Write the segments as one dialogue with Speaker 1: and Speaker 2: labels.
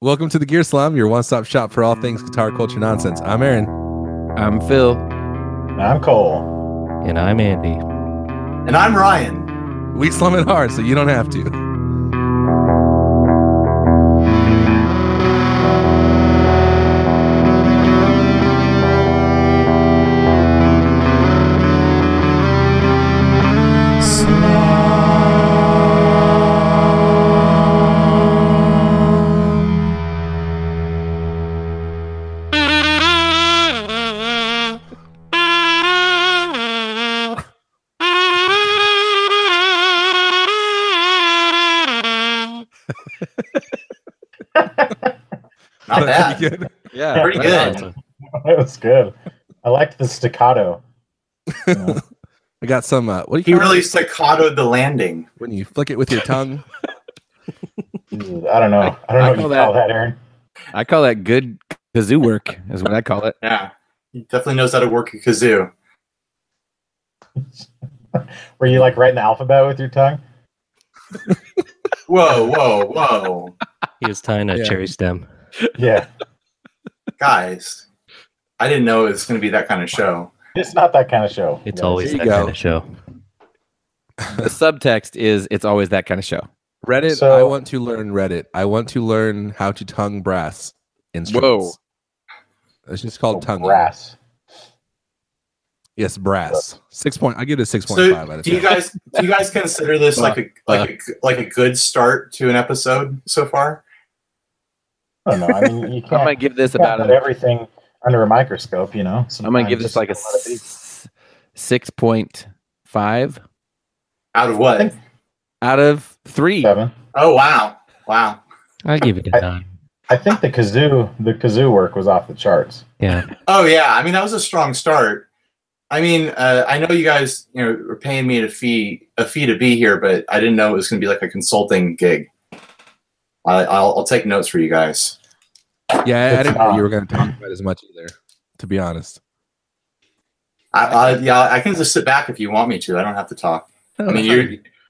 Speaker 1: Welcome to the Gear Slum, your one-stop shop for all things guitar culture nonsense. I'm Aaron.
Speaker 2: I'm Phil.
Speaker 3: I'm Cole.
Speaker 2: And I'm Andy.
Speaker 4: And I'm Ryan.
Speaker 1: We slum it hard, so you don't have to. That's
Speaker 4: Not bad.
Speaker 1: pretty good.
Speaker 2: Yeah,
Speaker 3: Pretty
Speaker 2: that's
Speaker 4: good.
Speaker 2: awesome.
Speaker 3: That was good. I liked the staccato. You know,
Speaker 1: I got some. Uh, what do
Speaker 4: He
Speaker 1: you call
Speaker 4: really
Speaker 1: it?
Speaker 4: staccatoed the landing.
Speaker 1: when you flick it with your tongue?
Speaker 3: Jesus, I don't know. I don't
Speaker 2: I
Speaker 3: know what
Speaker 2: call
Speaker 3: you
Speaker 2: that-
Speaker 3: call that, Aaron.
Speaker 2: I call that good kazoo work, is what I call it.
Speaker 4: Yeah. He definitely knows how to work a kazoo.
Speaker 3: Were you like writing the alphabet with your tongue?
Speaker 4: Whoa, whoa, whoa.
Speaker 5: He was tying a
Speaker 1: Yeah.
Speaker 5: cherry stem.
Speaker 3: Yeah.
Speaker 4: Guys, I didn't know it was going to be that kind of show.
Speaker 3: It's not that kind of show.
Speaker 5: It's
Speaker 3: guys.
Speaker 5: always
Speaker 1: you
Speaker 5: that
Speaker 1: go.
Speaker 5: kind of show.
Speaker 2: The subtext is it's always that kind of show.
Speaker 1: Reddit.
Speaker 3: So-
Speaker 1: I want to learn Reddit. I want to learn how to tongue brass instruments. Oh, Whoa. It's just called tongue.
Speaker 3: grass.
Speaker 1: Yes, brass. Six point. I give it a six point five out
Speaker 4: So,
Speaker 1: of
Speaker 4: do you
Speaker 1: ten.
Speaker 4: guys do you guys consider this like a like a like a good start to an episode so far?
Speaker 3: I don't know. I mean, you
Speaker 2: I
Speaker 3: can't,
Speaker 2: might give this
Speaker 3: you can't
Speaker 2: about
Speaker 3: put
Speaker 2: a,
Speaker 3: everything under a microscope, you
Speaker 2: I
Speaker 3: know.
Speaker 2: might
Speaker 3: Sometimes
Speaker 2: give this
Speaker 3: just
Speaker 2: like a
Speaker 3: let it be.
Speaker 2: s- 6.5
Speaker 4: Out of what?
Speaker 2: out of 3.
Speaker 3: seven.
Speaker 4: Oh wow. Wow.
Speaker 5: I give it a
Speaker 3: I-
Speaker 5: nine.
Speaker 3: I think the kazoo, the kazoo work was off the charts.
Speaker 5: Yeah.
Speaker 4: Oh yeah, I mean that was a strong start. I mean, uh, I know you guys, you know, were paying me a fee a fee to be here, but I didn't know it was going to be like a consulting gig. I, I'll, I'll take notes for you guys.
Speaker 1: yeah, I, I didn't know
Speaker 3: It's-
Speaker 1: you were going to talk about it as much either. To be honest,
Speaker 4: I, I, yeah, I can just sit back if you want me to. I don't have to talk.
Speaker 2: Oh,
Speaker 4: I mean, you,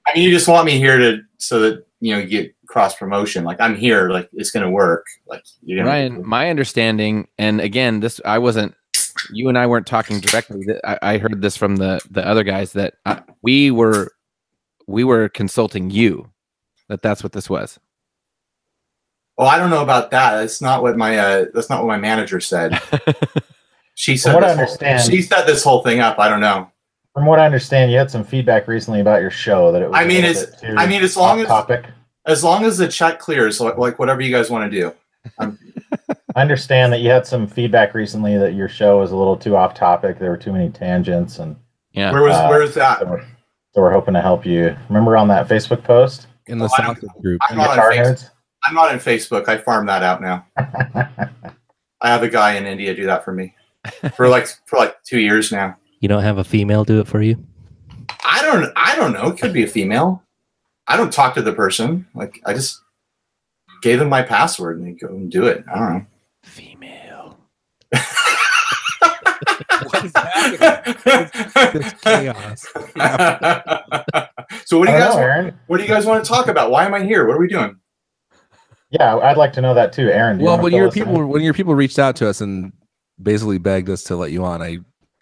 Speaker 4: I mean, you just want me here to so that you know you get cross promotion. Like I'm here, like it's going to work. Like you know,
Speaker 2: Ryan, my understanding, and again, this I wasn't. You and I weren't talking directly. Th- I, I heard this from the the other guys that I, we were we were consulting you. That that's what this was.
Speaker 4: Oh, I don't know about that. That's not what my uh, that's not what my manager said. She said
Speaker 3: what I
Speaker 4: this whole-
Speaker 3: understand-
Speaker 4: she set this whole thing up. I don't know.
Speaker 3: From what I understand, you had some feedback recently about your show that it was.
Speaker 4: I
Speaker 3: a
Speaker 4: mean,
Speaker 3: little
Speaker 4: it's-
Speaker 3: bit too
Speaker 4: I mean, as long
Speaker 3: off
Speaker 4: as
Speaker 3: topic.
Speaker 4: as long as the check clears, like, like whatever you guys want to do.
Speaker 3: I understand that you had some feedback recently that your show was a little too off topic. There were too many tangents, and
Speaker 2: Yeah,
Speaker 4: Where was
Speaker 3: Uh,
Speaker 4: where's that?
Speaker 3: so we're, so we're hoping to help you. Remember on that Facebook post,
Speaker 1: in the
Speaker 4: Oh, I don't-
Speaker 1: sausage group,
Speaker 4: I'm not
Speaker 3: guitar
Speaker 4: on Facebook.
Speaker 3: nerds.
Speaker 4: I'm not on Facebook. I farm that out now. I have a guy in India do that for me for like for like two years now.
Speaker 5: You don't have a female do it for you?
Speaker 4: I don't I don't know. It could be a female. I don't talk to the person. Like I just gave them my password and they go and do it. I don't know.
Speaker 5: Female.
Speaker 1: What is this chaos.
Speaker 4: so
Speaker 3: I don't
Speaker 4: what do you guys
Speaker 3: know,
Speaker 4: want,
Speaker 3: Aaron.
Speaker 4: what do you guys want to talk about? Why am I here? What are we doing?
Speaker 3: Yeah, I'd like to know that too, Aaron. do you
Speaker 1: Well,
Speaker 3: wanna
Speaker 1: when
Speaker 3: fill
Speaker 1: your
Speaker 3: us in?
Speaker 1: people when your people reached out to us and basically begged us to let you on, I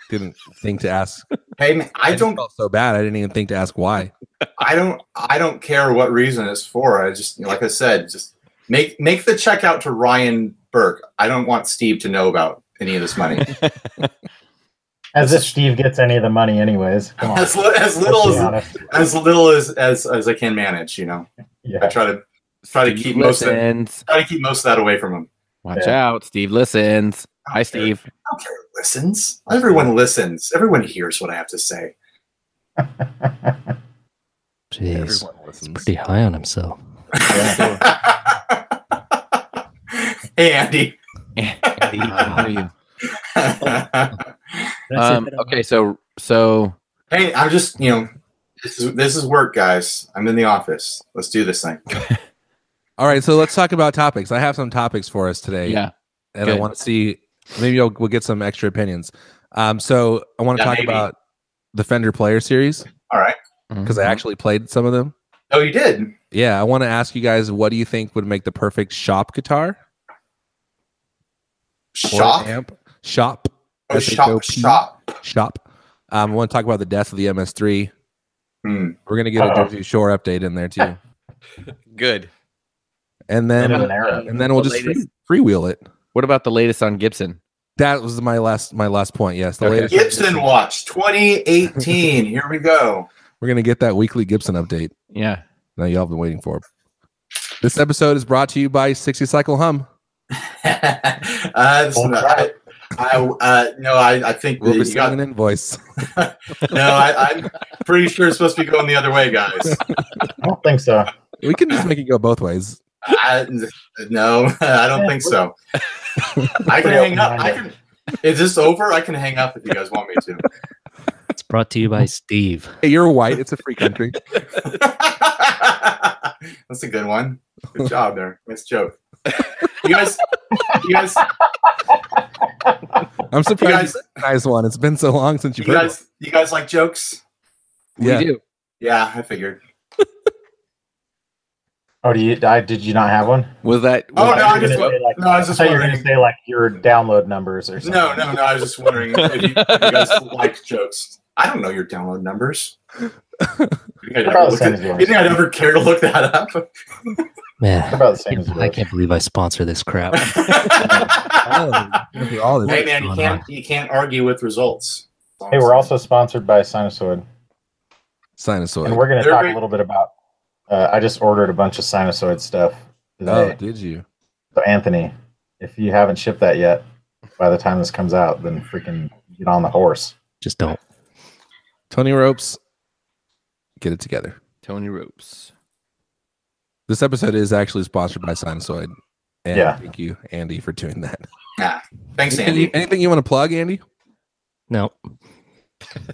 Speaker 1: didn't think to ask.
Speaker 4: Hey man, I
Speaker 1: just
Speaker 4: don't
Speaker 1: felt so bad. I didn't even think to ask why.
Speaker 4: I don't I don't care what reason it's for. I just like I said, just make make the check out to Ryan Burke. I don't want Steve to know about any of this money.
Speaker 3: as if Steve gets any of the money, anyways. Come on,
Speaker 4: as, li- as
Speaker 3: Let's
Speaker 4: little
Speaker 3: be
Speaker 4: as,
Speaker 3: honest.
Speaker 4: as little as, as as I can manage, you know. I
Speaker 3: Yeah.
Speaker 4: try to try to keep most of it.
Speaker 2: listens.
Speaker 4: try to keep most of that away from him.
Speaker 2: Watch out, Steve listens. Hi, Steve.
Speaker 4: I don't care who listens. Everyone listens. Everyone hears what I have to say.
Speaker 5: Jeez.
Speaker 1: Everyone
Speaker 5: He's
Speaker 1: listens.
Speaker 5: pretty high on himself.
Speaker 4: hey Andy.
Speaker 2: Andy, how are you?
Speaker 4: hey,
Speaker 2: Um, okay, so so
Speaker 4: I'm just you know, this is this is work, guys. I'm in the office. Let's do this thing.
Speaker 1: All right, so let's talk about topics. I have some topics for us today.
Speaker 2: yeah,
Speaker 1: and I
Speaker 2: Good.
Speaker 1: want to see maybe I'll, we'll get some extra opinions. Um, so I want to
Speaker 4: Yeah,
Speaker 1: talk
Speaker 4: maybe.
Speaker 1: about the Fender Player Series
Speaker 4: All right.
Speaker 3: Mm-hmm.
Speaker 1: because I actually played some of them.
Speaker 4: Oh, you did.
Speaker 1: yeah, I want to ask you guys what do you think would make the perfect shop guitar? or
Speaker 4: Shop?
Speaker 1: amp? Shop.
Speaker 4: Oh, shop,
Speaker 1: S-H-O-P.
Speaker 4: shop.
Speaker 1: Shop. Um, I want to talk about the death of the MS3.
Speaker 4: Hmm.
Speaker 1: We're gonna get
Speaker 3: Uh-oh.
Speaker 1: a Jersey Shore update in there too,
Speaker 2: Good.
Speaker 1: and then
Speaker 3: End of an era.
Speaker 1: and then we'll just free,
Speaker 2: Latest.
Speaker 1: freewheel it.
Speaker 2: What about the latest on Gibson?
Speaker 1: That was my last my last point. Yes, the
Speaker 2: Okay.
Speaker 1: latest.
Speaker 4: Gibson Watch 2018. Here we go.
Speaker 1: We're gonna get that weekly Gibson update.
Speaker 2: Yeah.
Speaker 1: Now y'all have been waiting for. This episode is brought to you by 60 Cycle Hum.
Speaker 4: uh, this is
Speaker 3: Don't
Speaker 4: I, I, uh, no, I, I think
Speaker 1: We'll
Speaker 4: that
Speaker 1: be
Speaker 4: you got,
Speaker 1: sending an invoice.
Speaker 4: no. I, I'm pretty sure it's supposed to be going the other way, guys.
Speaker 3: I don't think so.
Speaker 1: We can just make it go both ways.
Speaker 4: I, no, I don't think so. I can hang up. I can. Is this over? I can hang up if you guys want me to.
Speaker 5: It's brought to you by Steve.
Speaker 1: Hey, you're white. It's a free country.
Speaker 4: That's a good one. Good job there. Nice joke. You guys, you guys,
Speaker 1: I'm
Speaker 4: you
Speaker 1: surprised
Speaker 4: guys,
Speaker 1: you recognized one. It's been so long since
Speaker 4: you
Speaker 1: you've heard
Speaker 4: guys, you guys like jokes?
Speaker 1: one. Yeah.
Speaker 2: We do.
Speaker 4: Yeah, I figured.
Speaker 3: Oh, do you? I, did you not have one?
Speaker 2: Was that
Speaker 4: Oh,
Speaker 2: was
Speaker 4: no,
Speaker 2: that-
Speaker 4: I just-
Speaker 3: You're gonna say, like,
Speaker 4: No, I was just
Speaker 3: I thought you were going to
Speaker 4: wondering.
Speaker 3: say like your download numbers or something.
Speaker 4: No, no, no. I was just wondering if you, if you guys liked jokes. I don't know your download numbers. You think I'd ever
Speaker 3: Probably
Speaker 4: look
Speaker 3: same
Speaker 4: at-
Speaker 3: as
Speaker 4: you
Speaker 3: yours.
Speaker 4: think I'd ever care to look that up?
Speaker 3: They're
Speaker 5: Man,
Speaker 3: about the same as
Speaker 5: I
Speaker 3: yours.
Speaker 5: can't believe I sponsor this crap.
Speaker 1: All of it. For Oh, all of
Speaker 4: hey
Speaker 1: it.
Speaker 4: man, you
Speaker 5: Going
Speaker 4: can't you can't argue with results.
Speaker 3: Hey, we're also sponsored by Sinusoid, and
Speaker 1: Sinusoid.
Speaker 3: we're going to
Speaker 4: They're
Speaker 3: talk
Speaker 4: very-
Speaker 3: a little bit about. Uh, I just ordered a bunch of Sinusoid stuff today.
Speaker 1: Oh, did you?
Speaker 3: So Anthony, if you haven't shipped that yet, by the time this comes out, then freaking get on the horse.
Speaker 5: Just don't.
Speaker 1: Tony Ropes, get it together.
Speaker 2: Tony Ropes.
Speaker 1: This episode is actually sponsored by Sinusoid. And
Speaker 3: Yeah.
Speaker 1: thank you, Andy, for doing that.
Speaker 4: thanks,
Speaker 1: Andy,
Speaker 4: Andy.
Speaker 1: anything you want to plug, Andy?
Speaker 5: No,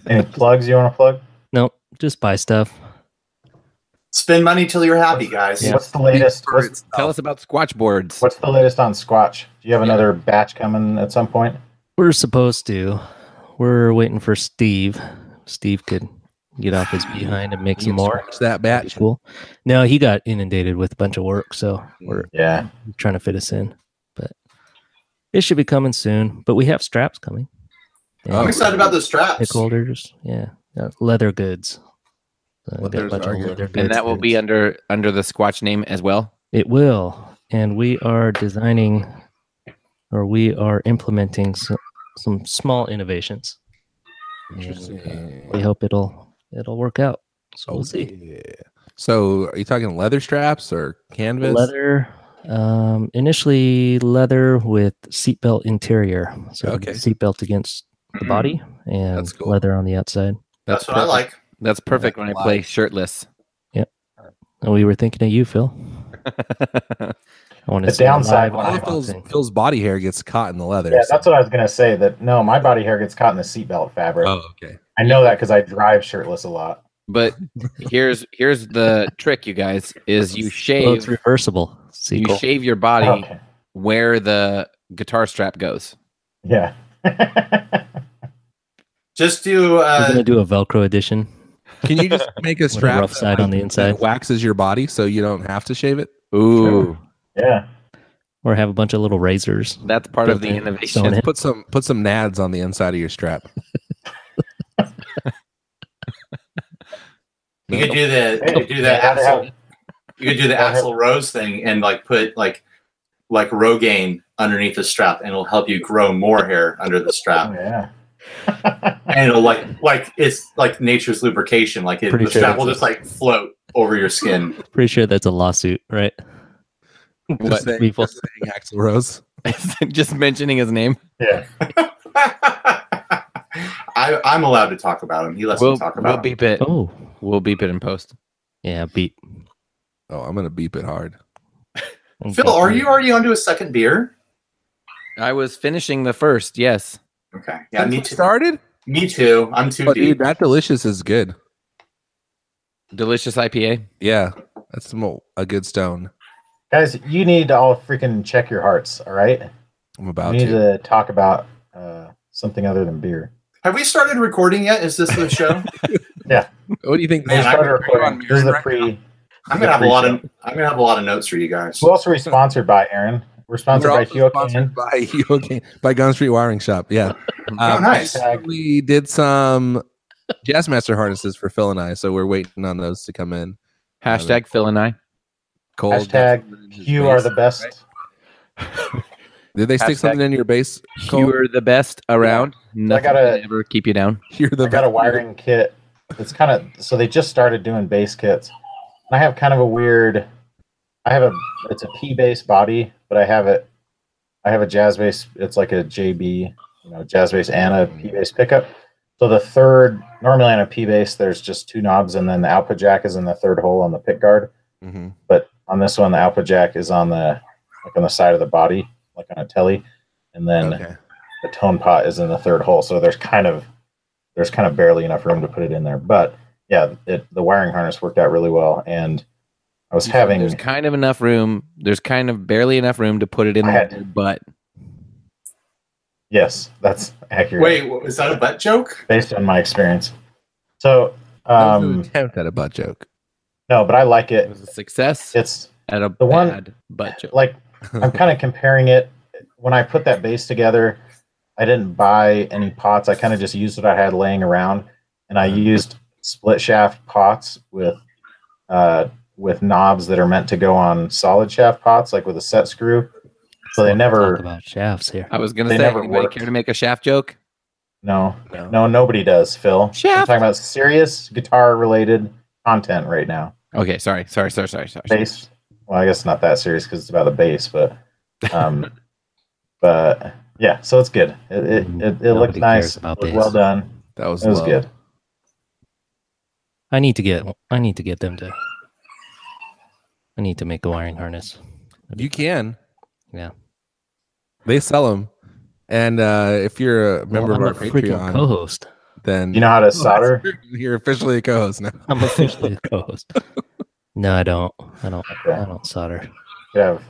Speaker 3: Any plugs you want to plug?
Speaker 5: no, just buy stuff.
Speaker 4: Spend money till you're happy, guys.
Speaker 3: What's the latest? What's,
Speaker 2: Tell us about squatch boards.
Speaker 3: what's the latest on Squatch? Do you have
Speaker 2: Yeah.
Speaker 3: another batch coming at some point?
Speaker 5: We're supposed to. We're waiting for Steve. Steve could get off his behind and make some more.
Speaker 1: Scratch that
Speaker 5: That'd
Speaker 1: batch.
Speaker 5: be Cool. No, he got inundated with a bunch of work, so we're
Speaker 3: Yeah.
Speaker 5: trying to fit us in. But it should be coming soon. But we have straps coming.
Speaker 1: Oh.
Speaker 4: I'm excited about those straps.
Speaker 5: pick holders. Yeah, uh, leather goods. So we got a
Speaker 1: Leathers
Speaker 5: bunch
Speaker 1: are
Speaker 5: of
Speaker 1: good.
Speaker 5: leather goods
Speaker 2: And that will be
Speaker 5: there.
Speaker 2: under under the squatch name as well.
Speaker 5: it will, and we are designing, or we are implementing some, some small innovations. And, uh,
Speaker 1: Interesting.
Speaker 5: we hope it'll it'll work out. So
Speaker 1: Oh,
Speaker 5: we'll see.
Speaker 1: yeah. So, are you talking leather straps or canvas?
Speaker 5: Leather. Um, initially leather with seatbelt interior, so
Speaker 1: Okay.
Speaker 5: seatbelt against the body and
Speaker 1: Mm-hmm. That's cool.
Speaker 5: leather on the outside.
Speaker 4: That's, what I
Speaker 2: perfect.
Speaker 4: like.
Speaker 2: That's perfect when I
Speaker 1: Wow.
Speaker 2: play shirtless.
Speaker 5: And we were thinking of you, Phil. I want
Speaker 3: The
Speaker 5: to see a
Speaker 3: downside
Speaker 5: live
Speaker 3: when
Speaker 1: All
Speaker 3: I
Speaker 1: of Phil's,
Speaker 5: unboxing.
Speaker 1: Phil's body hair gets caught in the leather.
Speaker 3: Yeah,
Speaker 1: so-
Speaker 3: that's what I was gonna say. That no, my body hair gets caught in the seatbelt fabric.
Speaker 1: oh, okay.
Speaker 3: I know that because I drive shirtless a lot.
Speaker 2: But here's here's the trick, you guys, is you
Speaker 5: Oh, it's
Speaker 2: shave
Speaker 5: reversible.
Speaker 2: you
Speaker 5: Seagull.
Speaker 2: shave your body
Speaker 3: Okay.
Speaker 2: where the guitar strap goes.
Speaker 3: Yeah.
Speaker 4: Just do
Speaker 5: We're
Speaker 4: uh,
Speaker 5: gonna do a Velcro edition.
Speaker 1: Can you just make a
Speaker 5: With a
Speaker 1: strap
Speaker 5: rough
Speaker 1: that,
Speaker 5: side on the
Speaker 1: like,
Speaker 5: inside.
Speaker 1: waxes your body so you don't have to shave it?
Speaker 2: Ooh,
Speaker 3: yeah.
Speaker 5: Or have a bunch of little razors.
Speaker 2: that's part of the
Speaker 5: Built in.
Speaker 2: innovation.
Speaker 5: Sewn in.
Speaker 1: Put some put some nads on the inside of your strap.
Speaker 4: you could do the you could do
Speaker 3: Yeah,
Speaker 4: the
Speaker 3: I have-
Speaker 4: Axl you could do the
Speaker 3: Yeah, I have-
Speaker 4: Axl Rose thing and like put like like Rogaine underneath the strap and it'll help you grow more hair under the strap.
Speaker 3: Oh, Yeah.
Speaker 4: and it'll like like it's like nature's lubrication. Like it,
Speaker 5: Pretty
Speaker 4: the
Speaker 5: sure
Speaker 4: strap will just
Speaker 5: that's-
Speaker 4: like float over your skin.
Speaker 5: Pretty sure that's a lawsuit, right?
Speaker 1: Just saying,
Speaker 5: people-
Speaker 1: just saying Axl Rose.
Speaker 2: Just mentioning his name.
Speaker 3: Yeah.
Speaker 4: I, I'm allowed to talk about him. He lets
Speaker 2: We'll,
Speaker 4: me talk
Speaker 2: we'll
Speaker 4: about him.
Speaker 2: beep it.
Speaker 5: Oh,
Speaker 2: We'll beep it in post.
Speaker 5: yeah, beep.
Speaker 1: Oh, I'm gonna beep it hard.
Speaker 4: Phil, are you already onto a second beer?
Speaker 2: I was finishing the first. Yes.
Speaker 4: Okay. Yeah,
Speaker 1: Since
Speaker 4: me
Speaker 1: we
Speaker 4: too.
Speaker 1: started.
Speaker 4: Me too. I'm too
Speaker 1: But
Speaker 4: deep.
Speaker 1: dude, that delicious is good.
Speaker 2: Delicious IPA.
Speaker 1: Yeah, that's some, o- a good stone.
Speaker 3: Guys, you need to all freaking check your hearts. All right.
Speaker 1: I'm
Speaker 3: We
Speaker 1: about
Speaker 3: need
Speaker 1: to.
Speaker 3: to talk about uh, something other than beer.
Speaker 4: Have we started recording yet? Is this the show?
Speaker 1: What do you think?
Speaker 3: We
Speaker 4: Man,
Speaker 1: this-
Speaker 4: I-
Speaker 3: started
Speaker 1: we're on
Speaker 3: recording. This is
Speaker 1: mirror
Speaker 3: a
Speaker 1: right
Speaker 3: pre.
Speaker 4: I'm gonna have a lot of I'm gonna have a lot of notes for you guys.
Speaker 3: Who else are we sponsored by, Aaron? We're sponsored
Speaker 1: We're
Speaker 3: by
Speaker 1: also
Speaker 3: Hyokin.
Speaker 1: sponsored by Hyokin, by Gun Street Wiring Shop. Yeah.
Speaker 2: Uh,
Speaker 1: Um,
Speaker 4: Oh, nice.
Speaker 1: We did some Jazzmaster harnesses for Phil and I, so we're waiting on those to come in.
Speaker 2: Hashtag Phil and I. Cold.
Speaker 3: Hashtag Q are the best.
Speaker 1: Did they stick
Speaker 2: Hashtag-
Speaker 1: something in your base? Cole?
Speaker 2: You're the best around. Nothing
Speaker 3: gotta-
Speaker 2: can ever keep you down.
Speaker 1: You're the
Speaker 3: I got a wiring kit. It's kind of so they just started doing base kits. And I have kind of a weird. I have a it's a P bass body, but I have it. I have a jazz bass. It's like a JB, you know, jazz bass and a P bass pickup. So the third normally on a P bass, there's just two knobs, and then the output jack is in the third hole on the pick guard.
Speaker 1: Mhm.
Speaker 3: But on this one, the output jack is on the like on the side of the body, like on a telly, and then
Speaker 1: Okay.
Speaker 3: the tone pot is in the third hole, so there's kind of there's kind of barely enough room to put it in there. But yeah, it, the wiring harness worked out really well, and I was having
Speaker 2: There's kind of enough room. There's kind of barely enough room to put it in
Speaker 3: I had-
Speaker 2: the butt.
Speaker 3: yes, that's accurate
Speaker 4: Wait, what, is that a butt joke?
Speaker 3: based on my experience. So
Speaker 1: That was an
Speaker 3: um,
Speaker 1: attempt at a butt joke.
Speaker 3: no, but I like
Speaker 2: It
Speaker 3: it.
Speaker 2: was a success
Speaker 3: It's
Speaker 2: at a
Speaker 3: the one-
Speaker 2: bad butt joke.
Speaker 3: like I'm kind of comparing it when I put that base together. I didn't buy any pots. I kind of just used what I had laying around, and I
Speaker 5: Mm-hmm.
Speaker 3: used split shaft pots with uh, with knobs that are meant to go on solid shaft pots, like with a set screw. So they
Speaker 5: Talk
Speaker 3: never
Speaker 5: about shafts here.
Speaker 2: I
Speaker 4: Oh.
Speaker 2: was gonna
Speaker 3: they
Speaker 2: say,
Speaker 3: never
Speaker 2: anybody
Speaker 3: worked.
Speaker 2: care to make a shaft joke?
Speaker 3: no
Speaker 1: No.
Speaker 3: no nobody does. Phil, I'm
Speaker 2: Shaft.
Speaker 3: talking about serious guitar related content right now.
Speaker 2: Okay, sorry, sorry, sorry, sorry, sorry.
Speaker 3: bass. Well, I guess not that serious because it's about the bass, but um, but yeah, so it's good. It it, it, it looked
Speaker 5: Nobody
Speaker 3: nice.
Speaker 5: cares about
Speaker 3: It was
Speaker 5: bass.
Speaker 3: well done.
Speaker 1: That was,
Speaker 3: It was
Speaker 1: low.
Speaker 3: good.
Speaker 5: I need to get I need to get them to I need to make a wiring harness.
Speaker 1: You can.
Speaker 5: Yeah.
Speaker 1: They sell them. And uh, if you're a member
Speaker 5: Well,
Speaker 1: of our
Speaker 5: I'm a freaking
Speaker 1: Patreon,
Speaker 5: co-host.
Speaker 1: then
Speaker 3: You know how to solder?
Speaker 1: you're officially a co-host now.
Speaker 5: I'm officially a co-host. No, I don't. I don't. I
Speaker 3: Okay.
Speaker 5: don't solder.
Speaker 3: You have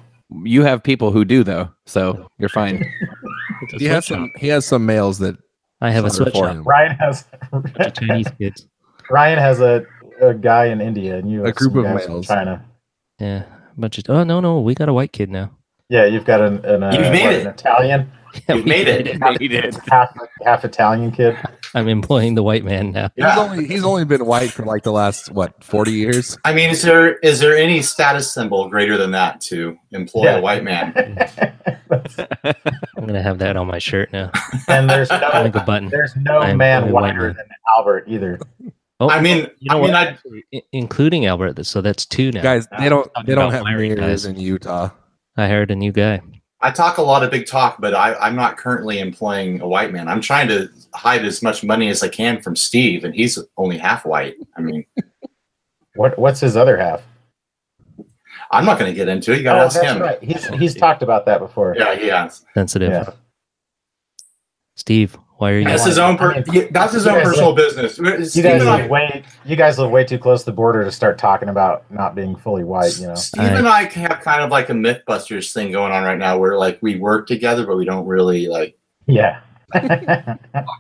Speaker 2: You have people who do though, so you're fine.
Speaker 5: It's a
Speaker 1: He has
Speaker 5: sweatshop.
Speaker 1: some. He has some males that
Speaker 5: I have a
Speaker 1: solder for
Speaker 5: sweatshop.
Speaker 1: him.
Speaker 3: Ryan has
Speaker 5: for Chinese kids.
Speaker 3: Ryan has a, a guy in India, and you
Speaker 1: A
Speaker 3: have
Speaker 1: group
Speaker 3: some
Speaker 1: of
Speaker 3: guys
Speaker 1: males.
Speaker 3: from China.
Speaker 5: Yeah, a bunch of. Oh no, no, we got a white kid now.
Speaker 3: Yeah, you've got an an, uh,
Speaker 4: You've made
Speaker 3: what,
Speaker 4: it.
Speaker 3: an Italian,
Speaker 5: Yeah,
Speaker 4: You've
Speaker 5: we
Speaker 4: made
Speaker 5: did
Speaker 4: it.
Speaker 3: half half Italian kid.
Speaker 5: I'm employing the white man now.
Speaker 1: He's
Speaker 4: Yeah.
Speaker 1: only he's only been white for like the last what forty years.
Speaker 4: I mean, is there is there any status symbol greater than that to employ
Speaker 3: Yeah.
Speaker 4: a white man?
Speaker 5: I'm gonna have that on my shirt now,
Speaker 3: and there's
Speaker 5: like a
Speaker 3: no
Speaker 5: button.
Speaker 3: there's no
Speaker 5: I'm
Speaker 3: man
Speaker 5: really white
Speaker 3: whiter
Speaker 5: man.
Speaker 3: than Albert either.
Speaker 5: Oh,
Speaker 4: I mean,
Speaker 5: you know
Speaker 4: I
Speaker 5: what?
Speaker 4: mean, I
Speaker 5: I- including Albert. So that's two now.
Speaker 1: Guys, they don't
Speaker 5: Talking
Speaker 1: they don't
Speaker 5: about
Speaker 1: have
Speaker 5: wiring,
Speaker 1: mirrors
Speaker 5: guys.
Speaker 1: in Utah.
Speaker 5: I hired a new guy.
Speaker 4: I talk a lot of big talk, but I, I'm not currently employing a white man. I'm trying to hide as much money as I can from Steve, and he's only half white. I mean,
Speaker 3: What what's his other half?
Speaker 4: I'm not going to get into it. You got to
Speaker 3: Oh,
Speaker 4: ask
Speaker 3: that's
Speaker 4: him.
Speaker 3: right. He's he's talked about that before.
Speaker 4: Yeah, yeah.
Speaker 5: Sensitive.
Speaker 3: Yeah.
Speaker 5: Steve, why are you?
Speaker 4: That's his own. Per- that's his own personal business.
Speaker 3: You
Speaker 4: Steve
Speaker 3: guys
Speaker 4: and I-
Speaker 3: live way you guys live way too close to the border to start talking about not being fully white, you know.
Speaker 4: Steve and I have kind of like a MythBusters thing going on right now, where like we work together, but we don't really like
Speaker 3: Yeah.
Speaker 4: talk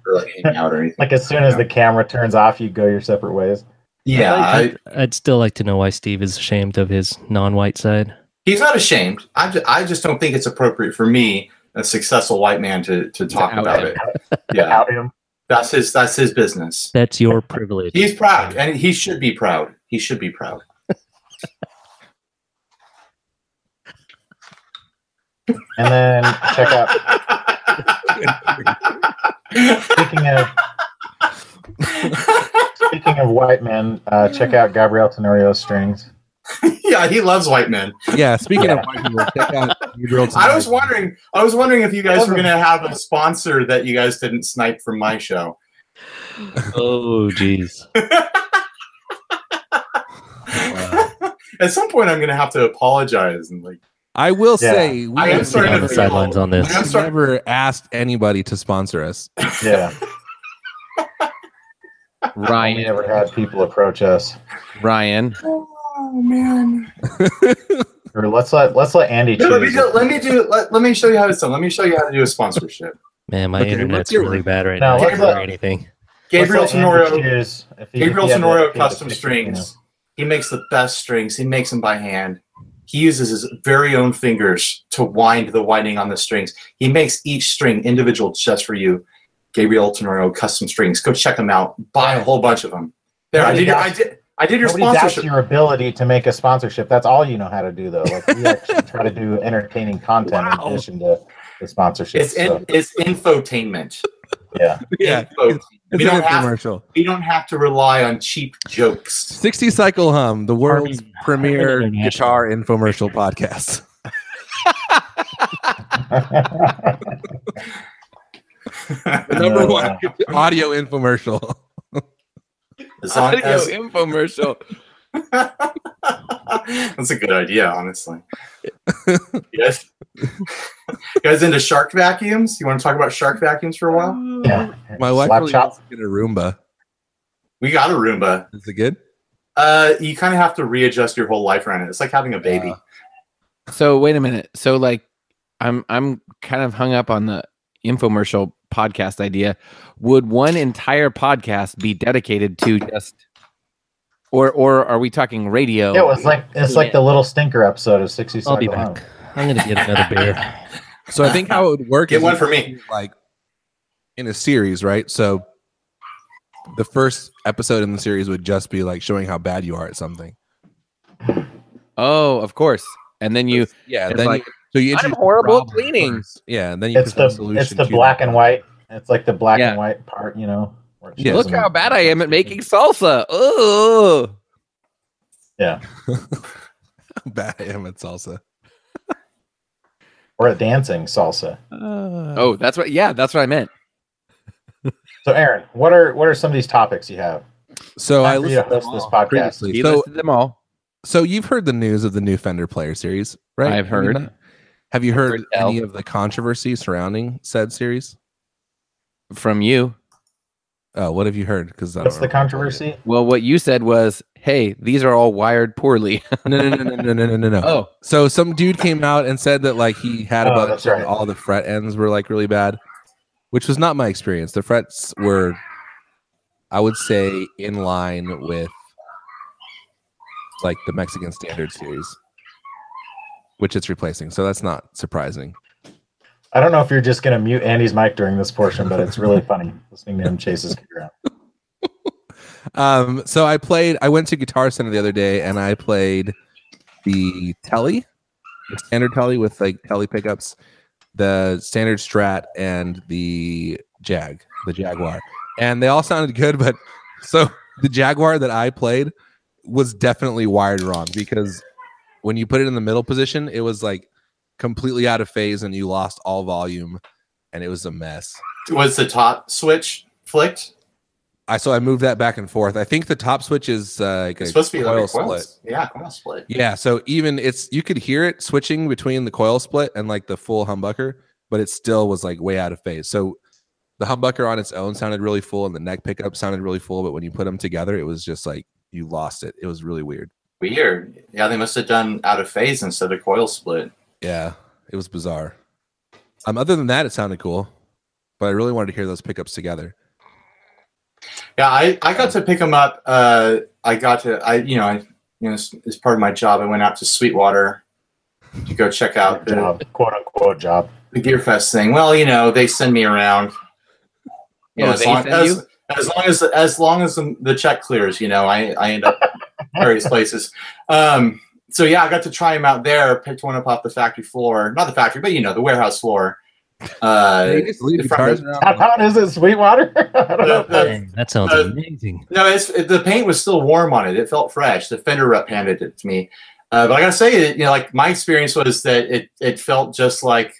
Speaker 4: or like hang out or anything.
Speaker 3: like as soon as the camera turns off, you go your separate ways.
Speaker 4: yeah, I,
Speaker 5: I'd still like to know why Steve is ashamed of his non-white side.
Speaker 4: he's not ashamed. I just, I just don't think it's appropriate for me, a successful white man, to to talk
Speaker 2: out
Speaker 4: about
Speaker 2: him.
Speaker 4: it. Yeah,
Speaker 3: Out him.
Speaker 4: that's his that's his business.
Speaker 5: That's your privilege.
Speaker 4: He's proud, and he should be proud. He should be proud.
Speaker 3: And then check out speaking of speaking of white men, uh, check out Gabriel Tenorio's strings.
Speaker 4: yeah, he loves white men.
Speaker 1: Yeah. Speaking of white people, check out Gabriel
Speaker 4: I was
Speaker 1: Tenorio's-
Speaker 4: wondering. I was wondering if you guys were gonna have a sponsor that you guys didn't snipe from my show.
Speaker 5: Oh, jeez.
Speaker 4: Uh, At some point, I'm gonna have to apologize and like.
Speaker 1: I will
Speaker 3: Yeah.
Speaker 1: say we
Speaker 4: I am
Speaker 1: have
Speaker 5: Sit
Speaker 4: starting to
Speaker 5: on the
Speaker 1: never,
Speaker 4: feel-
Speaker 5: sidelines on
Speaker 4: I am
Speaker 5: this.
Speaker 1: we've
Speaker 4: sorry.
Speaker 1: never asked anybody to sponsor us.
Speaker 3: Yeah. We
Speaker 2: Ryan,
Speaker 3: never had people approach us.
Speaker 2: Ryan,
Speaker 4: Oh man!
Speaker 3: Or let's let let's let Andy choose.
Speaker 4: let me do. Let me do. Let, let me show you how it's done. Let me show you how to do a sponsorship.
Speaker 5: Man, my
Speaker 1: Okay, what's
Speaker 5: internet's
Speaker 1: your-
Speaker 5: really bad right
Speaker 3: No,
Speaker 5: now. I
Speaker 3: what's
Speaker 5: can't hear
Speaker 3: the-
Speaker 5: anything.
Speaker 4: Gabriel
Speaker 3: Let's let Andy
Speaker 4: Tenorio.
Speaker 3: choose if he- if
Speaker 4: Gabriel
Speaker 3: he had the- if
Speaker 4: Tenorio
Speaker 3: he had the
Speaker 4: custom
Speaker 3: picture, you know.
Speaker 4: strings. He makes the best strings. He makes them by hand. He uses his very own fingers to wind the winding on the strings. He makes each string individual just for you. Gabriel Tenorio custom strings. Go check them out. Buy a whole bunch of them. There, I did, your, I did. I did your
Speaker 3: Nobody doubts
Speaker 4: sponsorship.
Speaker 3: your ability to make a sponsorship. That's all you know how to do, though. Like we actually try to do entertaining content
Speaker 4: Wow.
Speaker 3: in addition to the sponsorship.
Speaker 4: It's in, it's infotainment.
Speaker 3: yeah,
Speaker 1: Yeah,
Speaker 4: Info.
Speaker 1: it's
Speaker 4: We
Speaker 1: an
Speaker 4: don't have-
Speaker 1: infomercial.
Speaker 4: We don't have to rely on cheap jokes.
Speaker 1: 60 Cycle Hum, the world's premier
Speaker 5: Harmony International.
Speaker 1: guitar infomercial podcast. The number
Speaker 3: Yeah.
Speaker 1: one audio infomercial.
Speaker 4: As long
Speaker 2: Audio
Speaker 4: as,
Speaker 2: infomercial.
Speaker 4: that's a good idea, honestly. yes. you guys into shark vacuums? You want to talk about shark vacuums for a while?
Speaker 3: yeah.
Speaker 1: My wife
Speaker 3: Slap
Speaker 1: really
Speaker 3: chop.
Speaker 1: wants to get a Roomba.
Speaker 4: We got a Roomba.
Speaker 1: Is it good?
Speaker 4: Uh, you kind of have to readjust your whole life around it. It's like having a baby.
Speaker 2: So wait a minute. So like, I'm I'm kind of hung up on the infomercial podcast idea. Would one entire podcast be dedicated to just, or or are we talking radio?
Speaker 3: It was like it's like the little stinker episode of 60
Speaker 5: I'll be
Speaker 3: Cycle Home.
Speaker 5: back. I'm gonna get another beer.
Speaker 1: So I think how it would work
Speaker 4: Get
Speaker 1: is
Speaker 4: one
Speaker 1: you
Speaker 4: for
Speaker 1: could
Speaker 4: me.
Speaker 1: do, Like in a series, right? So the first episode in the series would just be like showing how bad you are at something.
Speaker 2: oh, of course. And then you
Speaker 1: Yeah,
Speaker 2: It's
Speaker 1: then
Speaker 2: like,
Speaker 1: you, so you
Speaker 2: "I'm
Speaker 1: introduce the
Speaker 2: horrible at
Speaker 1: problem
Speaker 2: cleaning."
Speaker 1: first. Yeah, and then you
Speaker 3: It's
Speaker 1: present a
Speaker 3: the
Speaker 1: solution
Speaker 3: it's the
Speaker 1: to
Speaker 3: black
Speaker 1: that.
Speaker 3: and white. It's like the black
Speaker 2: Yeah.
Speaker 3: and white part, you know. where it
Speaker 1: Yeah.
Speaker 3: shows
Speaker 2: look
Speaker 3: them-
Speaker 2: how bad I am at making salsa. Oh,
Speaker 3: Yeah,
Speaker 1: bad I am at salsa.
Speaker 3: or a dancing salsa.
Speaker 2: oh, that's what. Yeah, that's what I meant.
Speaker 3: So, Aaron, what are what are some of these topics you have?
Speaker 1: So
Speaker 3: Time
Speaker 1: I
Speaker 3: for you to
Speaker 1: listened to
Speaker 3: host
Speaker 1: them
Speaker 3: this
Speaker 1: all
Speaker 3: podcast.
Speaker 1: previously.
Speaker 2: He
Speaker 1: So,
Speaker 2: listed them all.
Speaker 1: so you've heard the news of the new Fender Player Series, right? Have
Speaker 2: I've
Speaker 1: you
Speaker 2: heard.
Speaker 1: not? Have you heard,
Speaker 2: heard
Speaker 1: any
Speaker 2: L.
Speaker 1: of the controversy surrounding said series?
Speaker 2: from you.
Speaker 1: Oh, what have you heard? Because
Speaker 3: What's the controversy?
Speaker 2: Well, what you said was, "Hey, these are all wired poorly."
Speaker 1: No, no, no, no, no, no, no, no, no.
Speaker 2: oh,
Speaker 1: So some dude came out and said that like he had a
Speaker 3: Oh,
Speaker 1: bunch
Speaker 3: that's
Speaker 1: and
Speaker 3: right.
Speaker 1: all the fret ends were like really bad, which was not my experience. The frets were, I would say, in line with like the Mexican Standard series, which it's replacing. So that's not surprising.
Speaker 3: I don't know if you're just going to mute Andy's mic during this portion, but it's really funny listening to him chase his kid around.
Speaker 1: Um, so I played. I went to Guitar Center the other day and I played the Telly, the standard Telly with like Telly pickups, the standard Strat, and the Jag, the Jaguar, and they all sounded good. But so the Jaguar that I played was definitely wired wrong because when you put it in the middle position, it was like completely out of phase and you lost all volume, and it was a mess.
Speaker 4: Was the top switch flicked?
Speaker 1: I so I moved that back and forth. I think the top switch is uh, like
Speaker 4: It's supposed to be like
Speaker 1: coil
Speaker 4: a coil split. Yeah, coil split.
Speaker 1: Yeah, so even it's you could hear it switching between the coil split and like the full humbucker, but it still was like way out of phase. So the humbucker on its own sounded really full, and the neck pickup sounded really full, but when you put them together, it was just like you lost it. It was really weird.
Speaker 4: Weird. Yeah, they must have done out of phase instead of coil split.
Speaker 1: Yeah, it was bizarre. Um, other than that, it sounded cool, but I really wanted to hear those pickups together.
Speaker 4: Yeah, I, I got to pick them up. Uh, I got to I you know I you know as, as part of my job I went out to Sweetwater to go check out the,
Speaker 3: Job, quote unquote job.
Speaker 4: the Gearfest thing. Well, you know they send me around.
Speaker 2: Oh,
Speaker 4: You know, as,
Speaker 2: they
Speaker 4: long,
Speaker 2: send
Speaker 4: as,
Speaker 2: you?
Speaker 4: as long as as long as the, the check clears, you know I I end up various places. Um, so yeah, I got to try them out there. Picked one up off the factory floor, not the factory, but you know the warehouse floor. Uh,
Speaker 1: They just leave
Speaker 4: from
Speaker 1: guitars
Speaker 4: the-
Speaker 3: How
Speaker 1: around.
Speaker 3: hot is it, Sweetwater? I don't know.
Speaker 4: Uh,
Speaker 5: Dang, that sounds
Speaker 4: uh,
Speaker 5: amazing.
Speaker 4: No, it's it, the paint was still warm on it. It felt fresh. The fender rep handed it to me, uh, but I gotta say, that, you know, like my experience was that it it felt just like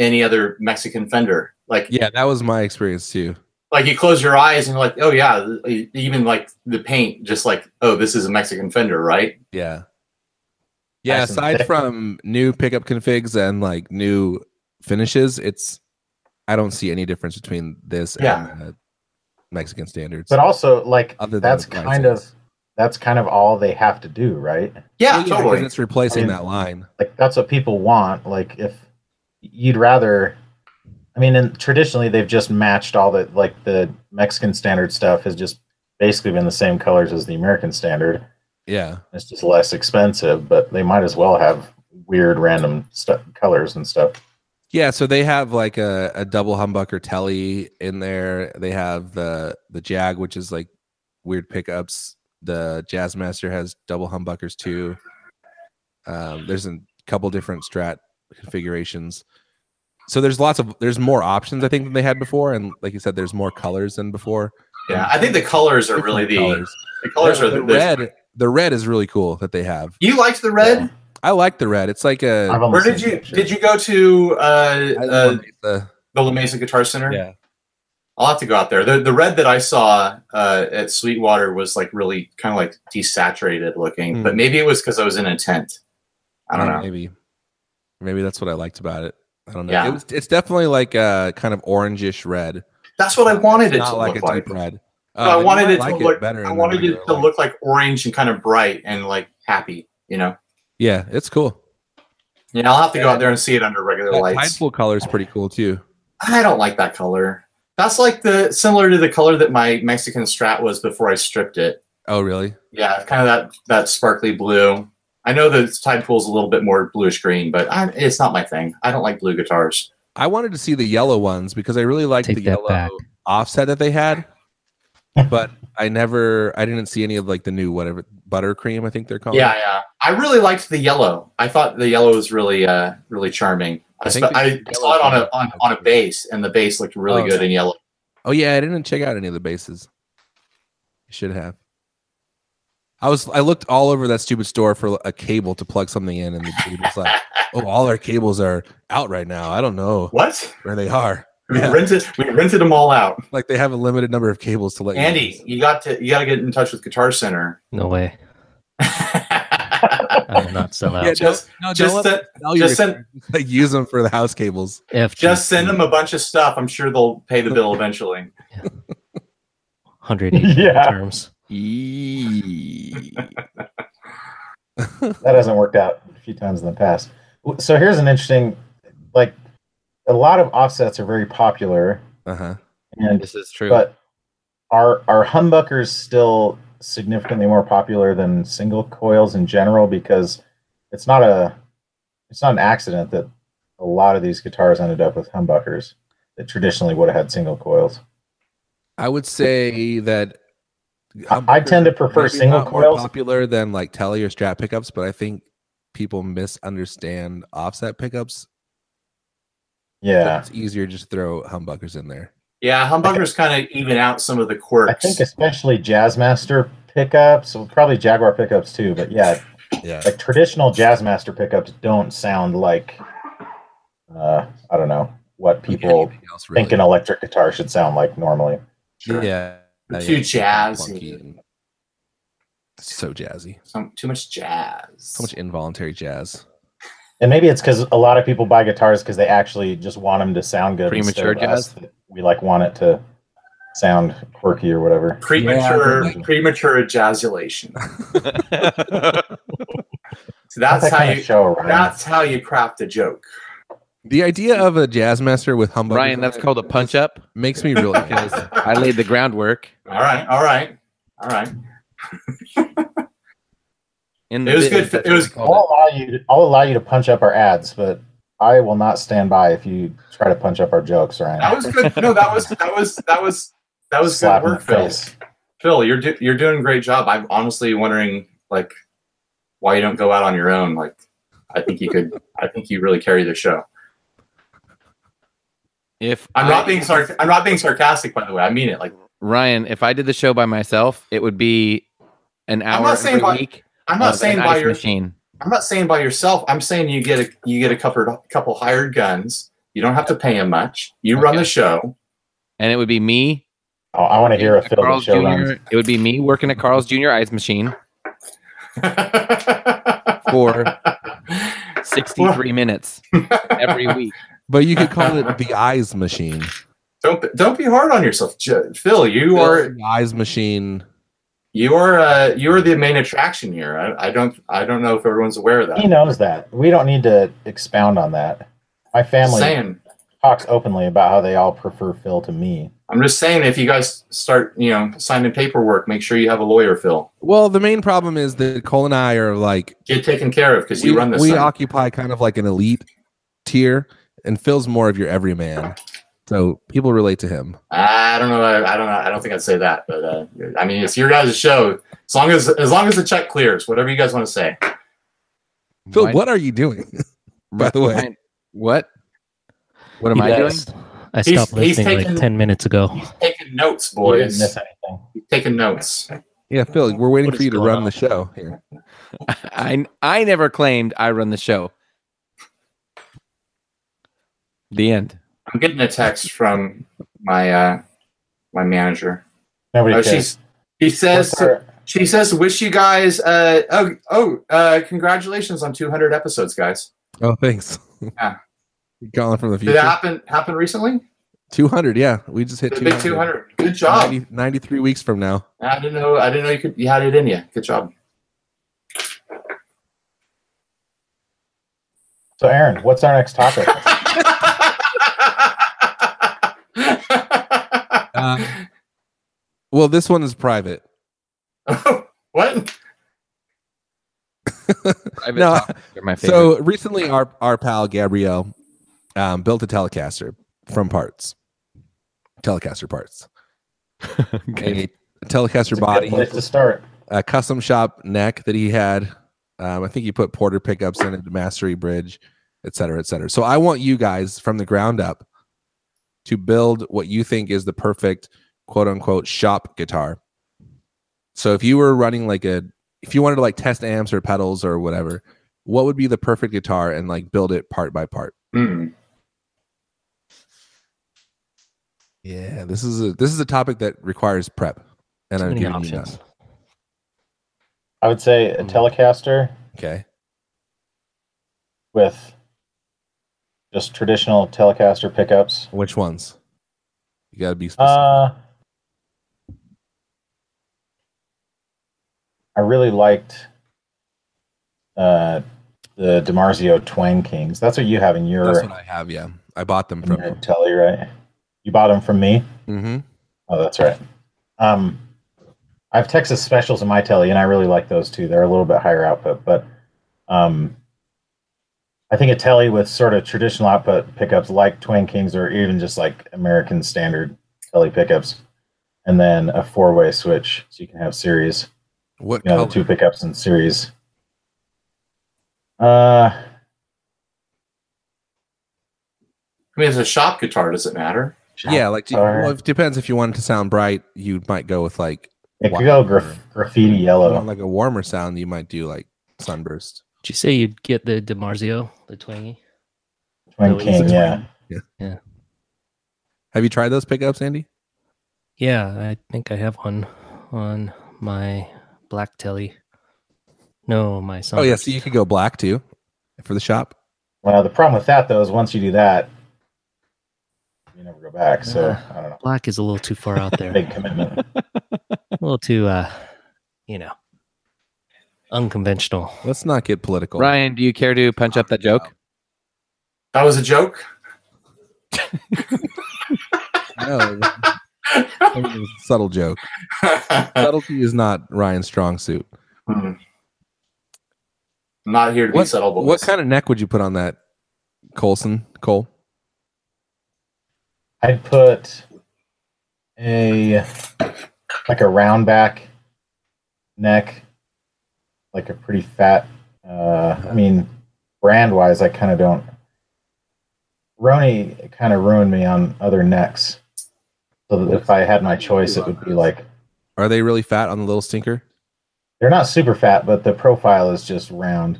Speaker 4: any other Mexican fender. Like
Speaker 1: Yeah, that was my experience too.
Speaker 4: like you close your eyes and you're like, oh yeah, th- even like the paint, just like oh this is a Mexican fender, right?
Speaker 1: Yeah. Yeah,
Speaker 3: Nice and
Speaker 1: aside
Speaker 3: thick.
Speaker 1: from new pickup configs and like new finishes, it's I don't see any difference between this
Speaker 4: Yeah.
Speaker 1: and uh, Mexican standards.
Speaker 3: But also, like
Speaker 1: Other than
Speaker 3: that's
Speaker 1: the prices.
Speaker 3: kind of that's kind of all they have to do, right?
Speaker 4: Yeah,
Speaker 1: because
Speaker 4: totally.
Speaker 1: It's replacing
Speaker 3: I mean-
Speaker 1: that line.
Speaker 3: Like that's what people want. Like if you'd rather, I mean, and traditionally they've just matched all the like the Mexican standard stuff has just basically been the same colors as the American standard.
Speaker 1: Yeah.
Speaker 3: It's just less expensive, but they might as well have weird random stuff, colors and stuff.
Speaker 1: Yeah, so they have like a, a double humbucker telly in there. They have the the Jag, which is like weird pickups. The Jazzmaster has double humbuckers too. Um, there's a couple different Strat configurations. So there's lots of there's more options I think than they had before, and like you said, there's more colors than before.
Speaker 4: Yeah, I think the colors are really the colors, the colors are
Speaker 1: the,
Speaker 4: the,
Speaker 1: red. The red is really cool that they have.
Speaker 4: You liked the red?
Speaker 1: I like the red. It's like a
Speaker 3: I've only
Speaker 4: Where did
Speaker 3: seen
Speaker 4: you
Speaker 3: pictures.
Speaker 4: did you go to uh,
Speaker 1: I
Speaker 4: uh,
Speaker 1: love the-
Speaker 4: the La Mesa Guitar Center?
Speaker 1: yeah.
Speaker 4: I'll have to go out there. The the red that I saw uh, at Sweetwater was like really kind of like desaturated looking,
Speaker 1: Hmm.
Speaker 4: but maybe it was because I was in a tent. I don't
Speaker 1: Yeah,
Speaker 4: know.
Speaker 1: Maybe, maybe that's what I liked about it. I don't know.
Speaker 4: Yeah.
Speaker 1: It was, it's definitely like a kind of orangish red.
Speaker 4: That's what I wanted it
Speaker 1: not
Speaker 4: to
Speaker 1: like
Speaker 4: look
Speaker 1: a
Speaker 4: like.
Speaker 1: deep red.
Speaker 4: So I
Speaker 1: then you
Speaker 4: wanted
Speaker 1: might
Speaker 4: it to
Speaker 1: like
Speaker 4: look-
Speaker 1: better.
Speaker 4: I
Speaker 1: in
Speaker 4: wanted
Speaker 1: regular
Speaker 4: it to
Speaker 1: light.
Speaker 4: look like orange and kind of bright and like happy, you know.
Speaker 1: Yeah, it's cool.
Speaker 4: Yeah, I'll have to go out there and see it under regular
Speaker 1: That
Speaker 4: lights.
Speaker 1: Tideful color is pretty cool too.
Speaker 4: I don't like that color. That's like the similar to the color that my Mexican Strat was before I stripped it.
Speaker 1: Oh, really?
Speaker 4: Yeah, kind of that that sparkly blue. I know the Tide Pool's a little bit more bluish green, but I, it's not my thing. I don't like blue guitars.
Speaker 1: I wanted to see the yellow ones because I really liked
Speaker 5: Take
Speaker 1: the
Speaker 5: that
Speaker 1: yellow
Speaker 5: back.
Speaker 1: offset that they had. but I never, I didn't see any of like the new whatever buttercream. I think they're called.
Speaker 4: Yeah, yeah. I really liked the yellow. I thought the yellow was really, uh, really charming. I,
Speaker 1: I think
Speaker 4: spe-
Speaker 1: the
Speaker 4: I
Speaker 1: yellow
Speaker 4: saw it on a on,
Speaker 1: one-
Speaker 4: on a bass, and the bass looked really
Speaker 1: Oh,
Speaker 4: good in yellow.
Speaker 1: Oh yeah, I didn't check out any of the bases. I should have. I was I looked all over that stupid store for a cable to plug something in, and the dude was like, "Oh, all our cables are out right now. I don't know
Speaker 4: What?
Speaker 1: where they are.
Speaker 4: We
Speaker 1: Yeah.
Speaker 4: rented we rented them all out.
Speaker 1: Like they have a limited number of cables to let you
Speaker 4: Andy,
Speaker 1: use."
Speaker 4: you got to you got to get in touch with Guitar Center.
Speaker 5: No way. I will not sell out.
Speaker 1: Yeah,
Speaker 4: just
Speaker 1: no, don't
Speaker 4: just
Speaker 1: let
Speaker 4: send,
Speaker 1: them sell your-
Speaker 4: just send
Speaker 1: like use them for the house cables.
Speaker 5: F
Speaker 4: just send them a bunch of stuff. I'm sure they'll pay the bill eventually.
Speaker 5: 180
Speaker 3: Yeah.
Speaker 5: terms.
Speaker 2: Yee.
Speaker 3: that hasn't worked out a few times in the past. W- So here's an interesting, like, a lot of offsets are very popular,
Speaker 1: Uh huh.
Speaker 3: and
Speaker 2: this is true.
Speaker 3: but are are humbuckers still significantly more popular than single coils in general? Because it's not a it's not an accident that a lot of these guitars ended up with humbuckers that traditionally would have had single coils.
Speaker 1: I would say that
Speaker 3: I- I tend to prefer
Speaker 1: Maybe
Speaker 3: single
Speaker 1: not more
Speaker 3: coils.
Speaker 1: popular than like telly or strap pickups, but I think people misunderstand offset pickups. so
Speaker 3: Yeah,
Speaker 1: It's easier just to throw humbuckers in there.
Speaker 4: Yeah, humbuckers kind of even out some of the
Speaker 3: I
Speaker 4: quirks.
Speaker 3: think especially Jazzmaster pickups, well, probably Jaguar pickups too. But yeah,
Speaker 1: Yeah.
Speaker 3: like traditional Jazzmaster pickups don't sound like uh, I don't know what people
Speaker 1: Anything else
Speaker 3: think an electric guitar should sound like normally.
Speaker 4: Sure.
Speaker 1: Yeah.
Speaker 4: Too
Speaker 1: Yeah, it's
Speaker 4: jazzy.
Speaker 1: clunky and- So jazzy.
Speaker 4: Some, too much jazz.
Speaker 1: So much involuntary jazz.
Speaker 3: And maybe it's because a lot of people buy guitars because they actually just want them to sound good.
Speaker 2: Premature
Speaker 3: instead of us that We like want it to sound quirky or whatever.
Speaker 4: premature,
Speaker 3: Yeah.
Speaker 4: premature ejaculation. So
Speaker 3: Not
Speaker 4: that's
Speaker 3: that
Speaker 4: how
Speaker 3: kind
Speaker 4: you.
Speaker 3: of show, Ryan.
Speaker 4: That's how you craft a joke.
Speaker 1: The idea of a jazz master with humbuckers
Speaker 2: Ryan, that's called a punch up.
Speaker 1: makes me really
Speaker 2: Because I laid the groundwork
Speaker 4: All right, all right, all right.
Speaker 2: in the
Speaker 4: It was
Speaker 2: bid,
Speaker 4: good for-
Speaker 2: that's
Speaker 4: it
Speaker 2: what
Speaker 4: was-
Speaker 2: we
Speaker 3: I'll
Speaker 2: called
Speaker 3: allow you. To, I'll allow you to punch up our ads, but I will not stand by if you try to punch up our jokes, Ryan.
Speaker 4: That was good. No, that was that was that was that was
Speaker 3: Slap
Speaker 4: good
Speaker 3: in
Speaker 4: work,
Speaker 3: the
Speaker 4: Phil.
Speaker 3: face.
Speaker 4: Phil, you're do- you're doing a great job. I'm honestly wondering like why you don't go out on your own. Like I think you could. I think you really carry the show.
Speaker 2: If
Speaker 4: I'm
Speaker 2: I-
Speaker 4: not being sarc- I'm not being sarcastic, by the way. I mean it. Like
Speaker 2: Ryan, if I did the show by myself, it would be an hour
Speaker 4: not saying
Speaker 2: every
Speaker 4: by-
Speaker 2: week.
Speaker 4: I'm not
Speaker 2: of
Speaker 4: saying
Speaker 2: an
Speaker 4: by
Speaker 2: ice
Speaker 4: your
Speaker 2: machine.
Speaker 4: I'm not saying by yourself. I'm saying you get a you get a couple couple hired guns. You don't have to pay him much. You run
Speaker 2: Okay.
Speaker 4: the show.
Speaker 2: And it would be me.
Speaker 3: Oh, I want to hear a
Speaker 2: at
Speaker 3: Phil that
Speaker 2: Carl's
Speaker 3: show
Speaker 2: Jr.
Speaker 3: runs.
Speaker 2: It would be me working at Carl's Jr. ice machine for 63 minutes every week.
Speaker 1: But you could call it the eyes machine.
Speaker 4: don't don't be hard on yourself, J- Phil. You are
Speaker 1: The eyes machine.
Speaker 4: you are uh, you are the main attraction here. I, I don't I don't know if everyone's aware of that.
Speaker 3: He knows that. We don't need to expound on that. My family
Speaker 4: Saying
Speaker 3: talks openly about how they all prefer Phil to me.
Speaker 4: I'm just saying, if you guys start, you know, signing paperwork, make sure you have a lawyer, Phil.
Speaker 1: Well, the main problem is that Cole and I are like
Speaker 4: Get taken care of because you
Speaker 1: we,
Speaker 4: run this.
Speaker 1: we
Speaker 4: thing.
Speaker 1: occupy kind of like an elite tier, and Phil's more of your everyman. So people relate to him.
Speaker 4: I don't know. I, I don't know. I don't think I'd say that, but uh, I mean, it's your guys' show. As long as as long as the check clears, whatever you guys want to say.
Speaker 1: Phil,
Speaker 2: Why-
Speaker 1: what are you doing? by the way?
Speaker 2: Ryan, what? What am
Speaker 5: You
Speaker 2: I doing?
Speaker 5: guys, I
Speaker 4: He's-
Speaker 5: stopped
Speaker 4: he's
Speaker 5: listening
Speaker 4: taking-
Speaker 5: like 10 minutes ago.
Speaker 4: He's taking notes,
Speaker 3: You didn't miss
Speaker 4: boys.
Speaker 3: anything.
Speaker 4: He's taking notes.
Speaker 1: Yeah, Phil, we're waiting
Speaker 5: What
Speaker 1: for
Speaker 5: is
Speaker 1: you to
Speaker 5: going
Speaker 1: run
Speaker 5: on?
Speaker 1: the show here.
Speaker 2: I I never claimed I run the show. The end.
Speaker 4: I'm getting a text from my uh my manager.
Speaker 3: Nobody
Speaker 4: Oh,
Speaker 3: cares.
Speaker 4: she's she says
Speaker 3: What's our-
Speaker 4: she says wish you guys uh oh oh uh congratulations on 200 episodes, guys.
Speaker 1: Oh, thanks.
Speaker 4: Yeah.
Speaker 1: Calling from the
Speaker 4: Did
Speaker 1: future.
Speaker 4: that happen happen recently?
Speaker 1: 200, yeah. We just hit
Speaker 4: The big 200. Good job.
Speaker 1: 90 93 weeks from now.
Speaker 4: I didn't know. I didn't know you could. You had it in you. Good job.
Speaker 3: so, Aaron, what's our next topic?
Speaker 1: Uh, well, this one is private.
Speaker 4: what?
Speaker 2: Private
Speaker 1: No,
Speaker 2: topics are my favorite.
Speaker 1: So recently, our our pal Gabrielle um, built a Telecaster from parts, Telecaster parts,
Speaker 2: Okay.
Speaker 1: a Telecaster
Speaker 3: It's a good
Speaker 1: body,
Speaker 3: place to start.
Speaker 1: a custom shop neck that he had. Um, I think he put Porter pickups in it, Mastery Bridge, et cetera, et cetera. So I want you guys from the ground up to build what you think is the perfect quote unquote shop guitar. So if you were running like a, if you wanted to like test amps or pedals or whatever, what would be the perfect guitar and like build it part by part?
Speaker 4: Hmm.
Speaker 1: Yeah, this is a this is a topic that requires prep, and
Speaker 5: Too
Speaker 1: I'm
Speaker 5: many
Speaker 1: giving you
Speaker 5: options.
Speaker 1: none.
Speaker 3: I would say a Telecaster
Speaker 1: Okay,
Speaker 3: with just traditional Telecaster pickups.
Speaker 1: which ones? You got to be specific.
Speaker 3: Uh, I really liked uh, the DiMarzio Twang Kings. That's what you have in your,
Speaker 1: That's what I have. Yeah, I bought them
Speaker 3: in
Speaker 1: from.
Speaker 3: your telly, right? You bought them from me.
Speaker 1: Mm-hmm.
Speaker 3: Oh, that's right. Um, I have Texas specials in my telly, and I really like those too. They're a little bit higher output, but um, I think a telly with sort of traditional output pickups like Twin Kings or even just like American standard telly pickups, and then a four way switch so you can have series,
Speaker 1: What
Speaker 3: you know,
Speaker 1: color?
Speaker 3: the two pickups in series. Uh,
Speaker 4: I mean, it's a shop guitar. Does it matter?
Speaker 1: Yeah, like do-
Speaker 3: Or-
Speaker 1: well, it depends. If you want it to sound bright, you might go with like
Speaker 3: it could
Speaker 1: Wow.
Speaker 3: go graf- graffiti
Speaker 1: if you want,
Speaker 3: yellow.
Speaker 1: like a warmer sound. You might do like sunburst.
Speaker 5: Did you say you'd get the DiMarzio, the twangy?
Speaker 3: Twin
Speaker 5: Really?
Speaker 3: King,
Speaker 5: Twin.
Speaker 3: yeah.
Speaker 1: Have you tried those pickups, Andy?
Speaker 5: Yeah, I think I have one on my black telly. No, my son.
Speaker 1: Oh yeah, so you could go black too for the shop.
Speaker 3: Well, the problem with that though is once you do that, you never go back. So
Speaker 5: Yeah.
Speaker 3: I don't know.
Speaker 5: black is a little too far out there.
Speaker 3: Big commitment.
Speaker 5: a little too, uh, you know, unconventional.
Speaker 1: Let's not get political.
Speaker 2: Ryan, do you care to punch up that joke?
Speaker 4: That was a joke.
Speaker 1: No, it was a subtle joke.
Speaker 4: Uh,
Speaker 1: Subtlety is not Ryan's strong suit.
Speaker 4: Hmm. I'm not here to be
Speaker 1: What,
Speaker 4: subtle, but
Speaker 1: what kind of neck would you put on that, Colson? Cole?
Speaker 3: I'd put a like a round back neck, like a pretty fat. Uh, I mean, brand wise, I kind of don't. Roni kind of ruined me on other necks. So that if I had my choice, it would be like
Speaker 1: Are they really fat on the little stinker?
Speaker 3: they're not super fat, but the profile is just round.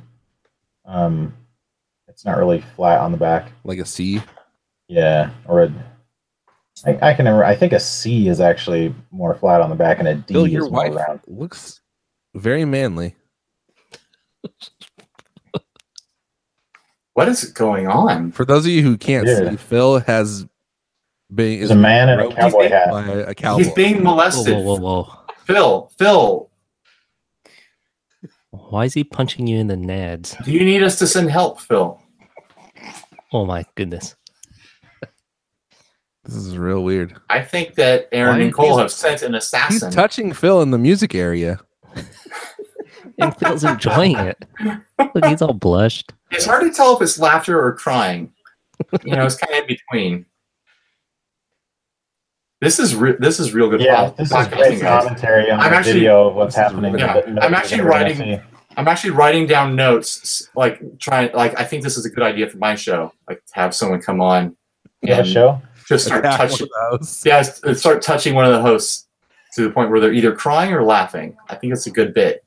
Speaker 3: Um, it's not really flat on the back.
Speaker 1: Like a C?
Speaker 3: Yeah, or a. I, I can remember. I think a C is actually more flat on the back, and a D
Speaker 1: Bill,
Speaker 3: is
Speaker 1: your
Speaker 3: more
Speaker 1: wife
Speaker 3: round.
Speaker 1: looks very manly.
Speaker 4: what is going on?
Speaker 1: For those of you who can't
Speaker 3: Yeah.
Speaker 1: see, Phil has been
Speaker 3: There's a man in a
Speaker 1: roped
Speaker 3: cowboy hat.
Speaker 1: by a cowboy.
Speaker 4: He's being
Speaker 5: Whoa,
Speaker 4: molested.
Speaker 5: whoa, whoa, whoa.
Speaker 4: Phil, Phil,
Speaker 5: Why is he punching you in the nads?
Speaker 4: do you need us to send help, Phil?
Speaker 5: Oh my goodness.
Speaker 1: This is real weird.
Speaker 4: I think that Aaron
Speaker 5: Why-
Speaker 4: and Cole have sent an
Speaker 1: He's
Speaker 4: assassin.
Speaker 1: touching Phil in the music area.
Speaker 5: And Phil's enjoying it. Look, he's all blushed.
Speaker 4: it's hard to tell if it's laughter or crying. You know, it's kind of in between. This is re- this is real good.
Speaker 3: Yeah,
Speaker 4: pod-
Speaker 3: this is
Speaker 4: podcasting,
Speaker 3: great
Speaker 4: guys.
Speaker 3: commentary on
Speaker 4: I'm
Speaker 3: the
Speaker 4: actually-
Speaker 3: video of what's
Speaker 1: this is
Speaker 3: happening.
Speaker 1: really-
Speaker 4: Yeah,
Speaker 3: that- that
Speaker 4: I'm
Speaker 3: we're
Speaker 4: actually
Speaker 3: never gonna
Speaker 4: writing-
Speaker 3: see.
Speaker 4: I'm actually writing down notes, like trying, like I think this is a good idea for my show. Like to have someone come on
Speaker 3: the
Speaker 4: and
Speaker 3: show.
Speaker 4: just start
Speaker 1: Attack
Speaker 4: touching.
Speaker 1: one of those.
Speaker 4: Yeah, s- uh, start touching one of the hosts to the point where they're either crying or laughing. I think it's a good bit.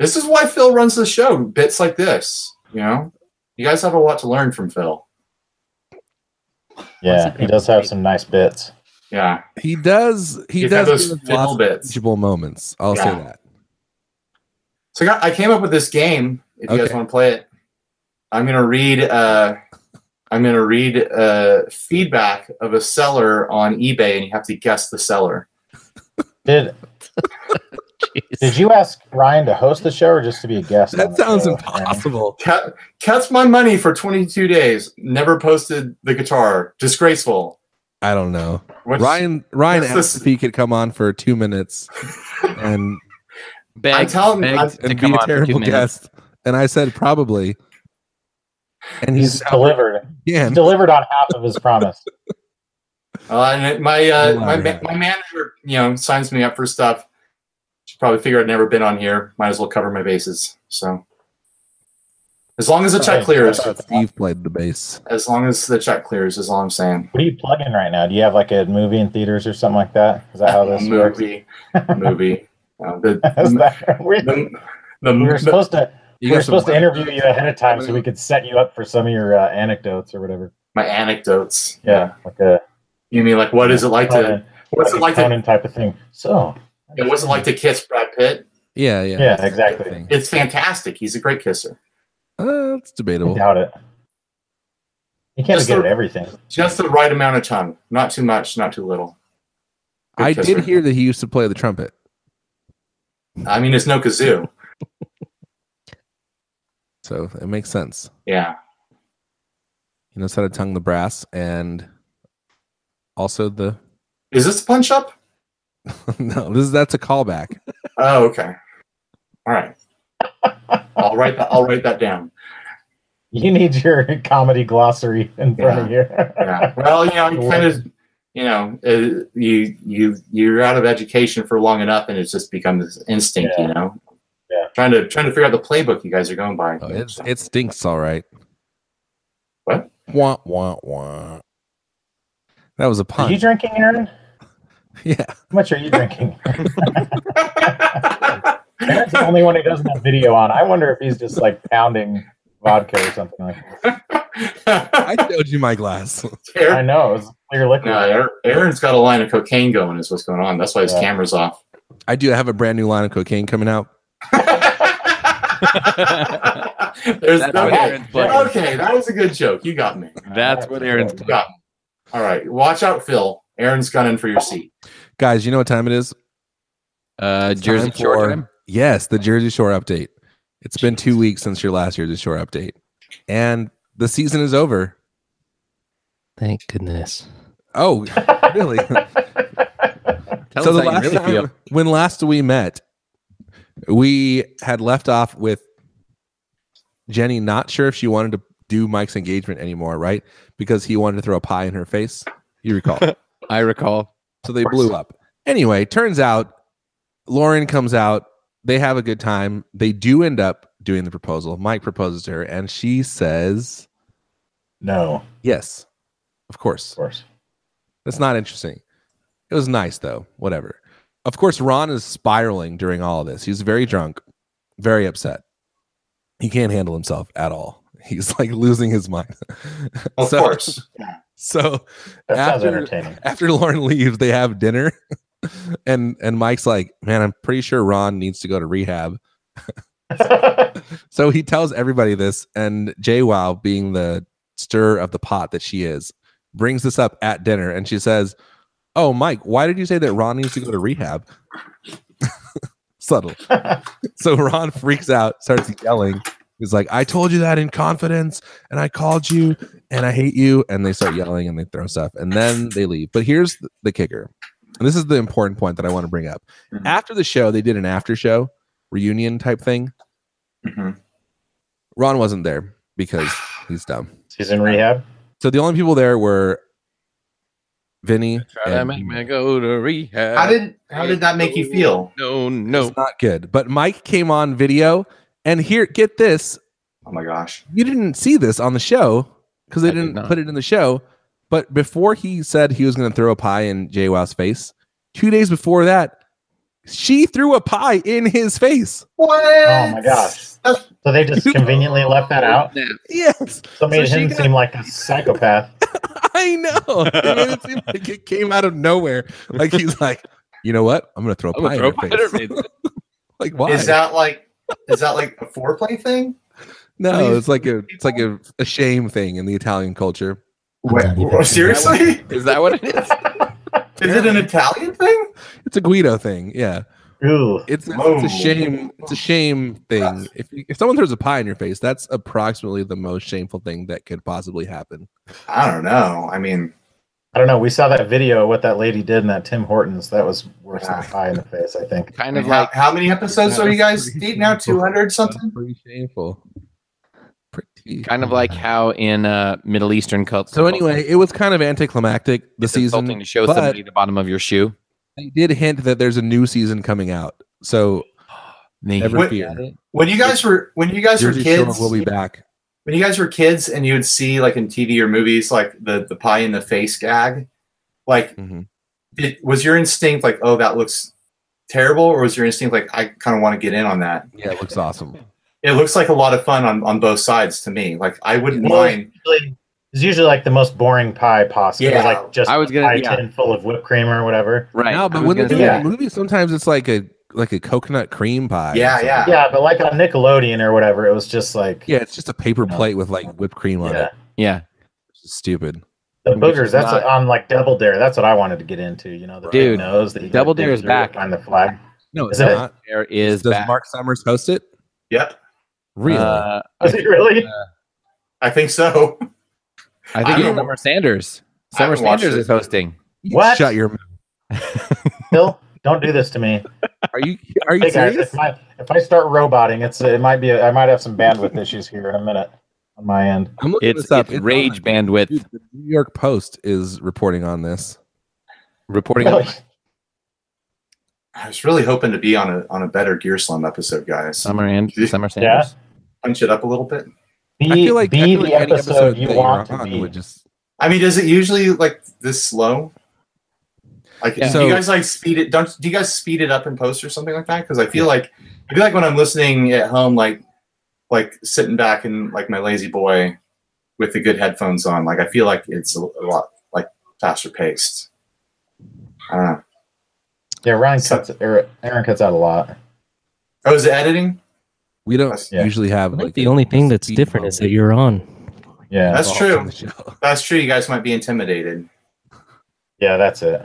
Speaker 4: This is why Phil runs the show. Bits like this, you know. You guys have a lot to learn from Phil.
Speaker 3: Yeah, he does have some nice bits.
Speaker 4: Yeah,
Speaker 1: He does. He
Speaker 4: He's had
Speaker 1: does
Speaker 4: those
Speaker 1: give us
Speaker 4: fiddle
Speaker 1: lots of
Speaker 4: bits.
Speaker 1: teachable moments. I'll say
Speaker 4: Yeah.
Speaker 1: that.
Speaker 4: so I, got, I came up with this game. If you guys
Speaker 1: Okay.
Speaker 4: want to play it, I'm gonna read. Uh, I'm gonna read uh, feedback of a seller on eBay, and you have to guess the seller.
Speaker 3: Did
Speaker 5: Jeez.
Speaker 3: Did you ask Ryan to host the show or just to be a guest? on
Speaker 1: That
Speaker 3: the
Speaker 1: sounds
Speaker 3: show,
Speaker 1: impossible.
Speaker 4: Cut, cuts my money for 22 days. Never posted the guitar. Disgraceful.
Speaker 1: I don't know.
Speaker 4: What's-
Speaker 1: Ryan Ryan
Speaker 4: what's
Speaker 1: asked
Speaker 4: this-
Speaker 1: if he could come on for two minutes and
Speaker 2: Begged,
Speaker 4: I'm telling-
Speaker 2: begged
Speaker 4: I'm-
Speaker 2: to
Speaker 1: and
Speaker 2: come
Speaker 1: be a
Speaker 2: on for two
Speaker 1: terrible
Speaker 2: minutes.
Speaker 1: guest. And I said probably. And
Speaker 3: Ryan?
Speaker 1: he's
Speaker 3: He's delivered. He's
Speaker 1: again.
Speaker 3: delivered on half of his promise.
Speaker 4: Uh, and it- my uh,
Speaker 1: Oh,
Speaker 4: my, ma-
Speaker 1: yeah.
Speaker 4: my manager, you know, signs me up for stuff. She probably figured I'd never been on here. Might as well cover my bases. So, as long as the check
Speaker 3: Alright,
Speaker 4: clears,
Speaker 3: Oh, that's-
Speaker 1: Steve played the bass.
Speaker 4: as long as the check clears, is all I'm saying.
Speaker 3: What are you plugging right now? Do you have like a movie in theaters or something like that? Is that how this works?
Speaker 4: movie, movie. Uh, the,
Speaker 3: Is that- we,
Speaker 4: the, the,
Speaker 3: we were supposed to
Speaker 1: You
Speaker 3: we were
Speaker 1: got some
Speaker 3: supposed to interview you ahead of time so
Speaker 1: Movie.
Speaker 3: we could set you up for some of your uh, anecdotes or whatever.
Speaker 4: my anecdotes.
Speaker 3: Yeah, like a
Speaker 4: You mean like what is it like to?
Speaker 3: Conan-
Speaker 4: What's it like
Speaker 3: a
Speaker 4: to?
Speaker 3: Conan type of thing. So
Speaker 4: And what's it like to kiss Brad Pitt?
Speaker 1: Yeah, yeah.
Speaker 3: Yeah,
Speaker 1: That's the
Speaker 3: exactly.
Speaker 1: thing.
Speaker 4: It's fantastic. He's a great kisser.
Speaker 1: Uh, it's
Speaker 3: I
Speaker 1: debatable.
Speaker 3: doubt it. You can't
Speaker 4: Just
Speaker 3: get
Speaker 4: the-
Speaker 3: everything.
Speaker 4: Just the right amount of tongue. Not too much. Not too little. Good
Speaker 1: I
Speaker 4: kisser.
Speaker 1: did hear that he used to play the trumpet.
Speaker 4: I mean, it's no kazoo.
Speaker 1: So it makes sense.
Speaker 4: Yeah.
Speaker 1: He knows how to tongue the brass and also the
Speaker 4: Is this a punch up?
Speaker 1: no, this is that's a callback.
Speaker 4: Oh, okay. All right. I'll write that. I'll write that down.
Speaker 3: You need your comedy glossary in front of you.
Speaker 4: Yeah. Well, you know, you kind of, you know, uh, you you you're out of education for long enough, and it's just become this instinct. You know.
Speaker 3: Yeah.
Speaker 4: Trying to trying to figure out the playbook you guys are going by.
Speaker 1: Oh, it's, it stinks all right.
Speaker 4: What?
Speaker 1: Wah wah wah. That was a
Speaker 3: Are you
Speaker 1: pun.
Speaker 3: drinking, Aaron? How
Speaker 1: yeah.
Speaker 3: much are you drinking? Aaron's the only one who doesn't have video on. I wonder if he's just like pounding vodka or something like that.
Speaker 1: I showed you my glass.
Speaker 3: I
Speaker 4: Aaron,
Speaker 3: know it was clear liquid.
Speaker 4: no, Aaron- Aaron's got a line of cocaine going. Is what's going on. That's why his
Speaker 3: Yeah.
Speaker 4: camera's off.
Speaker 1: I do have a brand new line of cocaine coming out.
Speaker 4: There's
Speaker 2: That's
Speaker 4: no
Speaker 2: what
Speaker 3: okay.
Speaker 2: Aaron's plugging.
Speaker 4: Okay, that was a good joke. You got me.
Speaker 2: That's what Aaron's
Speaker 4: You
Speaker 2: plugging.
Speaker 4: got me. All right. Watch out, Phil. Aaron's gunning for your seat.
Speaker 1: Guys, you know what time it is?
Speaker 2: Uh,
Speaker 1: It's
Speaker 2: Jersey
Speaker 1: time
Speaker 2: Shore
Speaker 1: for-
Speaker 2: time.
Speaker 1: Yes, the Jersey Shore update. It's been two weeks since your last Jersey Shore update, and the season is over.
Speaker 5: Thank goodness.
Speaker 1: Oh, really?
Speaker 2: Tell
Speaker 1: so the
Speaker 2: us how you
Speaker 1: last
Speaker 2: really
Speaker 1: time,
Speaker 2: feel.
Speaker 1: when last we met, we had left off with Jenny not sure if she wanted to do Mike's engagement anymore, right? Because he wanted to throw a pie in her face. You recall.
Speaker 2: I recall.
Speaker 1: So they blew up. Anyway, turns out Lauren comes out. They have a good time. They do end up doing the proposal. Mike proposes to her, and she says,
Speaker 3: No,
Speaker 1: Yes, of
Speaker 3: of
Speaker 1: course.
Speaker 3: course.
Speaker 1: That's not interesting. It was nice, though. Whatever. Of course, Ron is spiraling during all of this. He's very drunk, very upset. He can't handle himself at all. He's like losing his mind.
Speaker 4: Of
Speaker 1: so,
Speaker 4: course.
Speaker 1: So
Speaker 3: That sounds
Speaker 1: After-
Speaker 3: entertaining.
Speaker 1: after Lauren leaves, they have dinner, and and Mike's like, "Man, I'm pretty sure Ron needs to go to rehab." So he tells everybody this, and Jay Wow, being the stir of the pot that she is, brings this up at dinner, and she says, "Oh, Mike, why did you say that Ron needs to go to rehab?" Subtle. So Ron freaks out, starts yelling. He's like, I told you that in confidence, and I called you, and I hate you. And they start yelling and they throw stuff, and then they leave. But here's th- the kicker. And this is the important point that I want to bring up.
Speaker 4: Mhm.
Speaker 1: After the show, they did an after show reunion type thing.
Speaker 4: Mhm.
Speaker 1: Ron wasn't there because he's dumb.
Speaker 3: He's in rehab.
Speaker 1: So the only people there were Vinny.
Speaker 2: Try to
Speaker 1: and
Speaker 2: make
Speaker 1: Mike.
Speaker 2: me go to rehab.
Speaker 4: How did how did that make you feel?
Speaker 2: no no?
Speaker 1: It's not good. But Mike came on video, and here, get this.
Speaker 4: Oh my gosh.
Speaker 1: You didn't see this on the show because they
Speaker 2: I did
Speaker 1: didn't
Speaker 2: not.
Speaker 1: put it in the show. But before he said he was going to throw a pie in Jay Wow's face, two days before that, she threw a pie in his face.
Speaker 4: What?
Speaker 3: Oh my gosh.
Speaker 4: That's-
Speaker 3: So they just conveniently left that out.
Speaker 1: Yes,
Speaker 3: So made
Speaker 1: So she
Speaker 3: him
Speaker 1: got-
Speaker 3: seem like a psychopath.
Speaker 1: I know. It made it seem like it came out of nowhere. Like he's like, you know what? I'm going to throw a
Speaker 2: I'm
Speaker 1: pie
Speaker 2: gonna
Speaker 1: in
Speaker 2: throw
Speaker 1: your
Speaker 2: a pie
Speaker 1: face.
Speaker 2: at her.
Speaker 1: Like why?
Speaker 4: Is that like is that like a foreplay thing?
Speaker 1: no,
Speaker 4: Please,
Speaker 1: it's like a it's like a, a shame thing in the Italian culture.
Speaker 4: Wait, seriously?
Speaker 2: Is that what it is?
Speaker 4: Is it an Italian thing?
Speaker 1: It's a Guido thing. Yeah.
Speaker 3: Ooh.
Speaker 1: It's,
Speaker 4: Whoa.
Speaker 1: it's a shame. It's a shame thing. If you, if someone throws a pie in your face, that's approximately the most shameful thing that could possibly happen.
Speaker 4: I don't know. I mean,
Speaker 3: I don't know. We saw that video of what that lady did in that Tim Hortons. That was worse than a pie in the face, I think.
Speaker 2: Kind of
Speaker 4: how,
Speaker 2: like
Speaker 4: how many episodes are you guys
Speaker 1: Pretty
Speaker 4: deep now?
Speaker 1: shameful.
Speaker 4: Two hundred
Speaker 1: That's
Speaker 4: something?
Speaker 1: pretty shameful. Pretty.
Speaker 2: kind of like how in uh, Middle Eastern cults.
Speaker 1: so anyway, it was kind of anticlimactic the
Speaker 2: it's insulting
Speaker 1: season.
Speaker 2: to show
Speaker 1: but-
Speaker 2: somebody the bottom of your shoe.
Speaker 1: They did hint that there's a new season coming out. So
Speaker 2: Me.
Speaker 1: never
Speaker 4: What-
Speaker 1: fear.
Speaker 4: When you guys were when you guys were
Speaker 1: Jersey Shore
Speaker 4: kids,
Speaker 1: will be back.
Speaker 4: when you guys were kids and you would see like in TV or movies like the the pie in the face gag, like
Speaker 1: Mhm.
Speaker 4: it, was your instinct like oh that looks terrible or was your instinct like I kind of want to get in on that?
Speaker 1: Yeah, it looks awesome.
Speaker 4: It looks like a lot of fun on on both sides to me. Like I wouldn't
Speaker 3: Well,
Speaker 4: mind.
Speaker 3: usually- It's usually like the most boring pie possible.
Speaker 4: Yeah.
Speaker 3: Like just
Speaker 2: I was gonna-
Speaker 3: pie
Speaker 2: yeah.
Speaker 3: tin full of whipped cream or whatever.
Speaker 2: Right.
Speaker 1: No,
Speaker 2: I
Speaker 1: but
Speaker 2: was
Speaker 1: when they
Speaker 2: gonna
Speaker 1: do
Speaker 2: say-
Speaker 1: it in movies, sometimes it's like a like a coconut cream pie. or
Speaker 4: Yeah,
Speaker 1: something.
Speaker 4: yeah.
Speaker 3: Yeah, but like on Nickelodeon or whatever, it was just like
Speaker 1: Yeah, it's just a paper
Speaker 3: No.
Speaker 1: plate with like whipped cream on
Speaker 3: Yeah.
Speaker 1: it.
Speaker 2: yeah.
Speaker 1: It's stupid.
Speaker 3: the
Speaker 2: Which is
Speaker 3: boogers. That's
Speaker 2: not-
Speaker 3: on like Double Dare. That's what I wanted to get into. You know, the
Speaker 2: Dude,
Speaker 3: big nose. That you
Speaker 2: Double
Speaker 3: gotta
Speaker 2: Dare
Speaker 3: dig
Speaker 2: is
Speaker 3: through
Speaker 2: back.
Speaker 3: to Find the flag.
Speaker 1: No, it's
Speaker 3: Is it-
Speaker 1: not.
Speaker 2: There is
Speaker 1: Does
Speaker 2: back.
Speaker 1: Mark Summers host it?
Speaker 4: Yep,
Speaker 1: Really?
Speaker 2: Uh, I,
Speaker 3: Is it really?
Speaker 4: I think so.
Speaker 2: I
Speaker 4: I
Speaker 2: think it's
Speaker 4: don't know.
Speaker 2: Summer Sanders.
Speaker 4: I
Speaker 2: Summer
Speaker 4: haven't watched
Speaker 2: Sanders
Speaker 4: it.
Speaker 2: is hosting.
Speaker 1: You
Speaker 3: what?
Speaker 1: Shut your. mouth.
Speaker 3: Phil, don't do this to me.
Speaker 1: Are you are you
Speaker 3: Hey guys,
Speaker 1: serious?
Speaker 3: if I, if I start roboting, it's it might be I might have some bandwidth issues here in a minute on my end.
Speaker 1: I'm looking
Speaker 2: It's,
Speaker 1: this up.
Speaker 2: it's rage
Speaker 1: on-
Speaker 2: bandwidth
Speaker 1: Dude, the New York Post is reporting on this.
Speaker 2: reporting. on-
Speaker 3: Really?
Speaker 4: I was really hoping to be on a on a better Gear Slum episode, guys.
Speaker 1: Um,
Speaker 2: Summer and
Speaker 4: Yeah.
Speaker 2: Summer Sanders.
Speaker 4: Punch it up a little bit.
Speaker 3: Be,
Speaker 1: I feel like,
Speaker 3: be
Speaker 1: I feel
Speaker 3: the
Speaker 1: like any
Speaker 3: episode,
Speaker 1: episode
Speaker 3: you
Speaker 1: that
Speaker 3: want
Speaker 1: you're
Speaker 3: to
Speaker 1: on
Speaker 3: be.
Speaker 1: would just.
Speaker 4: I mean, is it usually like this slow? Like,
Speaker 1: Yeah.
Speaker 4: do you
Speaker 1: So-
Speaker 4: guys like speed it? Don't do you guys speed it up and post or something like that? Because I feel like I feel like when I'm listening at home, like like sitting back in like my lazy boy with the good headphones on, like I feel like it's a, a lot like faster paced. I don't know.
Speaker 3: Yeah, Ryan cuts or Aaron cuts out a lot.
Speaker 4: Oh, is it editing?
Speaker 1: We don't
Speaker 4: That's-
Speaker 3: yeah.
Speaker 1: usually have like
Speaker 5: the only thing that's
Speaker 1: speed
Speaker 5: different is that
Speaker 1: bump
Speaker 5: you're on.
Speaker 3: Yeah,
Speaker 4: That's
Speaker 1: involved in
Speaker 4: true.
Speaker 1: the show.
Speaker 4: That's true. You guys might be intimidated.
Speaker 3: yeah, that's it.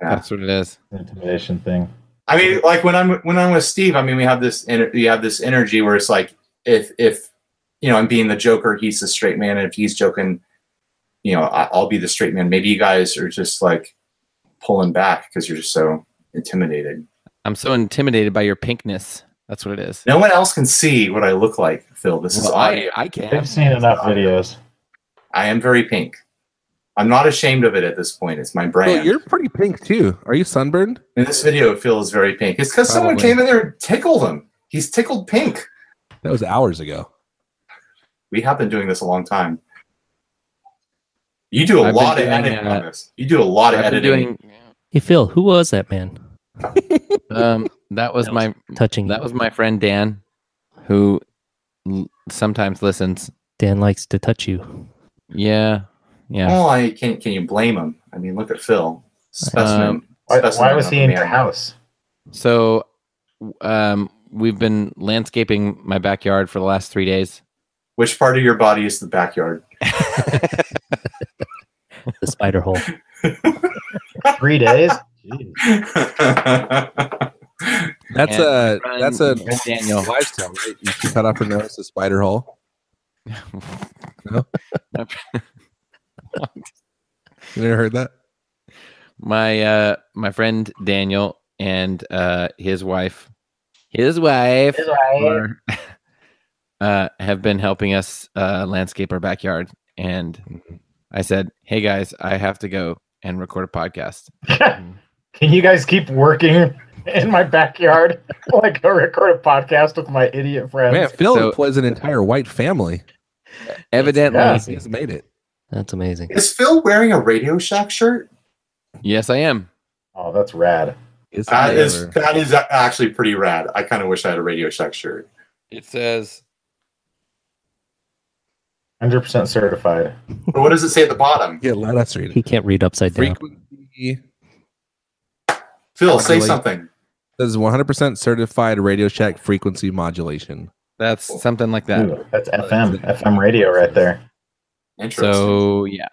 Speaker 4: Yeah.
Speaker 2: That's what it is.
Speaker 3: Intimidation thing.
Speaker 4: I mean, like when I'm when I'm with Steve, I mean, we have this ener- we have this energy where it's like if if you know I'm being the joker, he's the straight man, and if he's joking, you know, I, I'll be the straight man. Maybe you guys are just like pulling back because you're just so intimidated.
Speaker 2: I'm so intimidated by your pinkness. That's what it is.
Speaker 4: No one else can see what I look like, Phil. This is
Speaker 2: Well,
Speaker 4: audio.
Speaker 2: I, I can.
Speaker 3: I've seen enough videos.
Speaker 4: I am very pink. I'm not ashamed of it at this point. It's my brand.
Speaker 1: Well, you're pretty pink too. Are you sunburned?
Speaker 4: In this video, it feels very pink. It's because someone
Speaker 1: Probably.
Speaker 4: came in there and tickled him. He's tickled pink.
Speaker 1: That was hours ago.
Speaker 4: We have been doing this a long time. You do a
Speaker 2: I've been
Speaker 4: lot of
Speaker 2: doing,
Speaker 4: editing
Speaker 2: uh,
Speaker 4: on this. You do a lot of
Speaker 2: I've been
Speaker 4: editing.
Speaker 2: doing.
Speaker 5: Hey Phil, who was that man
Speaker 2: Um, that was
Speaker 5: That
Speaker 2: my
Speaker 5: touching?
Speaker 2: that
Speaker 5: Hmm. That
Speaker 2: was my friend Dan, who l- sometimes listens.
Speaker 5: Dan likes to touch you.
Speaker 2: Yeah, yeah.
Speaker 4: Well, Oh, I can can you blame him? I mean, look at Phil. Specimen.
Speaker 2: Um,
Speaker 3: Why,
Speaker 4: Specimen
Speaker 3: why was
Speaker 4: of
Speaker 3: he
Speaker 4: a
Speaker 3: in
Speaker 4: man.
Speaker 3: your house?
Speaker 2: So, um, we've been landscaping my backyard for the last three days.
Speaker 4: Which part of your body is the backyard?
Speaker 5: The spider hole.
Speaker 3: Three days? Jeez.
Speaker 4: I
Speaker 1: That's
Speaker 2: And
Speaker 1: a
Speaker 2: run
Speaker 1: that's a
Speaker 2: Daniel.
Speaker 1: lifestyle, right? You can cut off your nose to spider hole. You never heard that?
Speaker 2: my uh my friend Daniel and uh his wife his wife are- uh have been helping us uh landscape our backyard and
Speaker 3: Mm-hmm.
Speaker 2: I said, "Hey guys, I have to go and record a podcast."
Speaker 3: Can you guys keep working in my backyard while I go record a podcast with my idiot friends?
Speaker 1: Man, Phil
Speaker 2: So-
Speaker 1: employs an entire white family.
Speaker 2: Evidently,
Speaker 3: Yeah.
Speaker 1: He's made it.
Speaker 5: That's amazing.
Speaker 4: Is Phil wearing a Radio Shack shirt?
Speaker 2: yes, I am.
Speaker 3: Oh, that's rad.
Speaker 1: Is
Speaker 4: That
Speaker 1: he
Speaker 4: is
Speaker 1: ever-
Speaker 4: that is a- actually pretty rad. I kind of wish I had a Radio Shack shirt.
Speaker 2: It says
Speaker 3: 100% certified.
Speaker 4: But what does it say at the bottom?
Speaker 1: Yeah, let us read
Speaker 5: He
Speaker 1: it.
Speaker 5: can't read upside down.
Speaker 1: Frequency
Speaker 4: Phil, say
Speaker 1: Really?
Speaker 4: something.
Speaker 1: says 100% certified Radio Shack frequency modulation.
Speaker 2: that's something like that.
Speaker 3: Ooh, that's FM, FM radio right there.
Speaker 4: Interesting.
Speaker 2: So, yeah.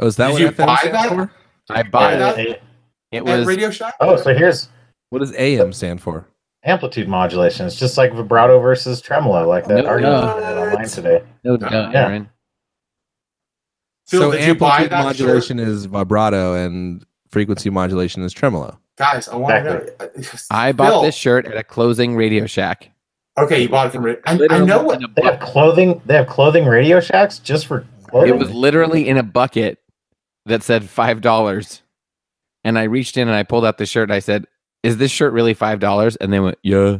Speaker 1: Oh, is that
Speaker 4: Did
Speaker 1: what
Speaker 4: you
Speaker 1: FM
Speaker 4: buy
Speaker 1: stands
Speaker 4: that?
Speaker 1: for?
Speaker 2: I bought
Speaker 4: Yeah.
Speaker 2: it.
Speaker 4: that-
Speaker 2: It
Speaker 4: At
Speaker 2: was
Speaker 4: Radio Shack?
Speaker 3: Oh, so here's
Speaker 1: What does AM stand for?
Speaker 3: amplitude modulation. It's just like vibrato versus tremolo, like that
Speaker 2: No,
Speaker 3: argument
Speaker 2: no.
Speaker 3: I had online today.
Speaker 2: no, no,
Speaker 3: Yeah.
Speaker 2: Aaron.
Speaker 4: Phil,
Speaker 1: so
Speaker 4: did you buy
Speaker 1: amplitude
Speaker 4: that
Speaker 1: modulation is vibrato and frequency modulation is tremolo.
Speaker 4: Guys, I want to know.
Speaker 2: I bought
Speaker 4: Phil.
Speaker 2: this shirt at a closing Radio Shack.
Speaker 4: Okay, you bought it from. Ra- I, I know what.
Speaker 2: In a
Speaker 3: They have
Speaker 2: bucket.
Speaker 3: clothing. They have clothing Radio Shacks just for clothing.
Speaker 2: It was literally in a bucket that said five dollars, and I reached in and I pulled out the shirt. And I said, "Is this shirt really five dollars?" And they went, "Yeah,"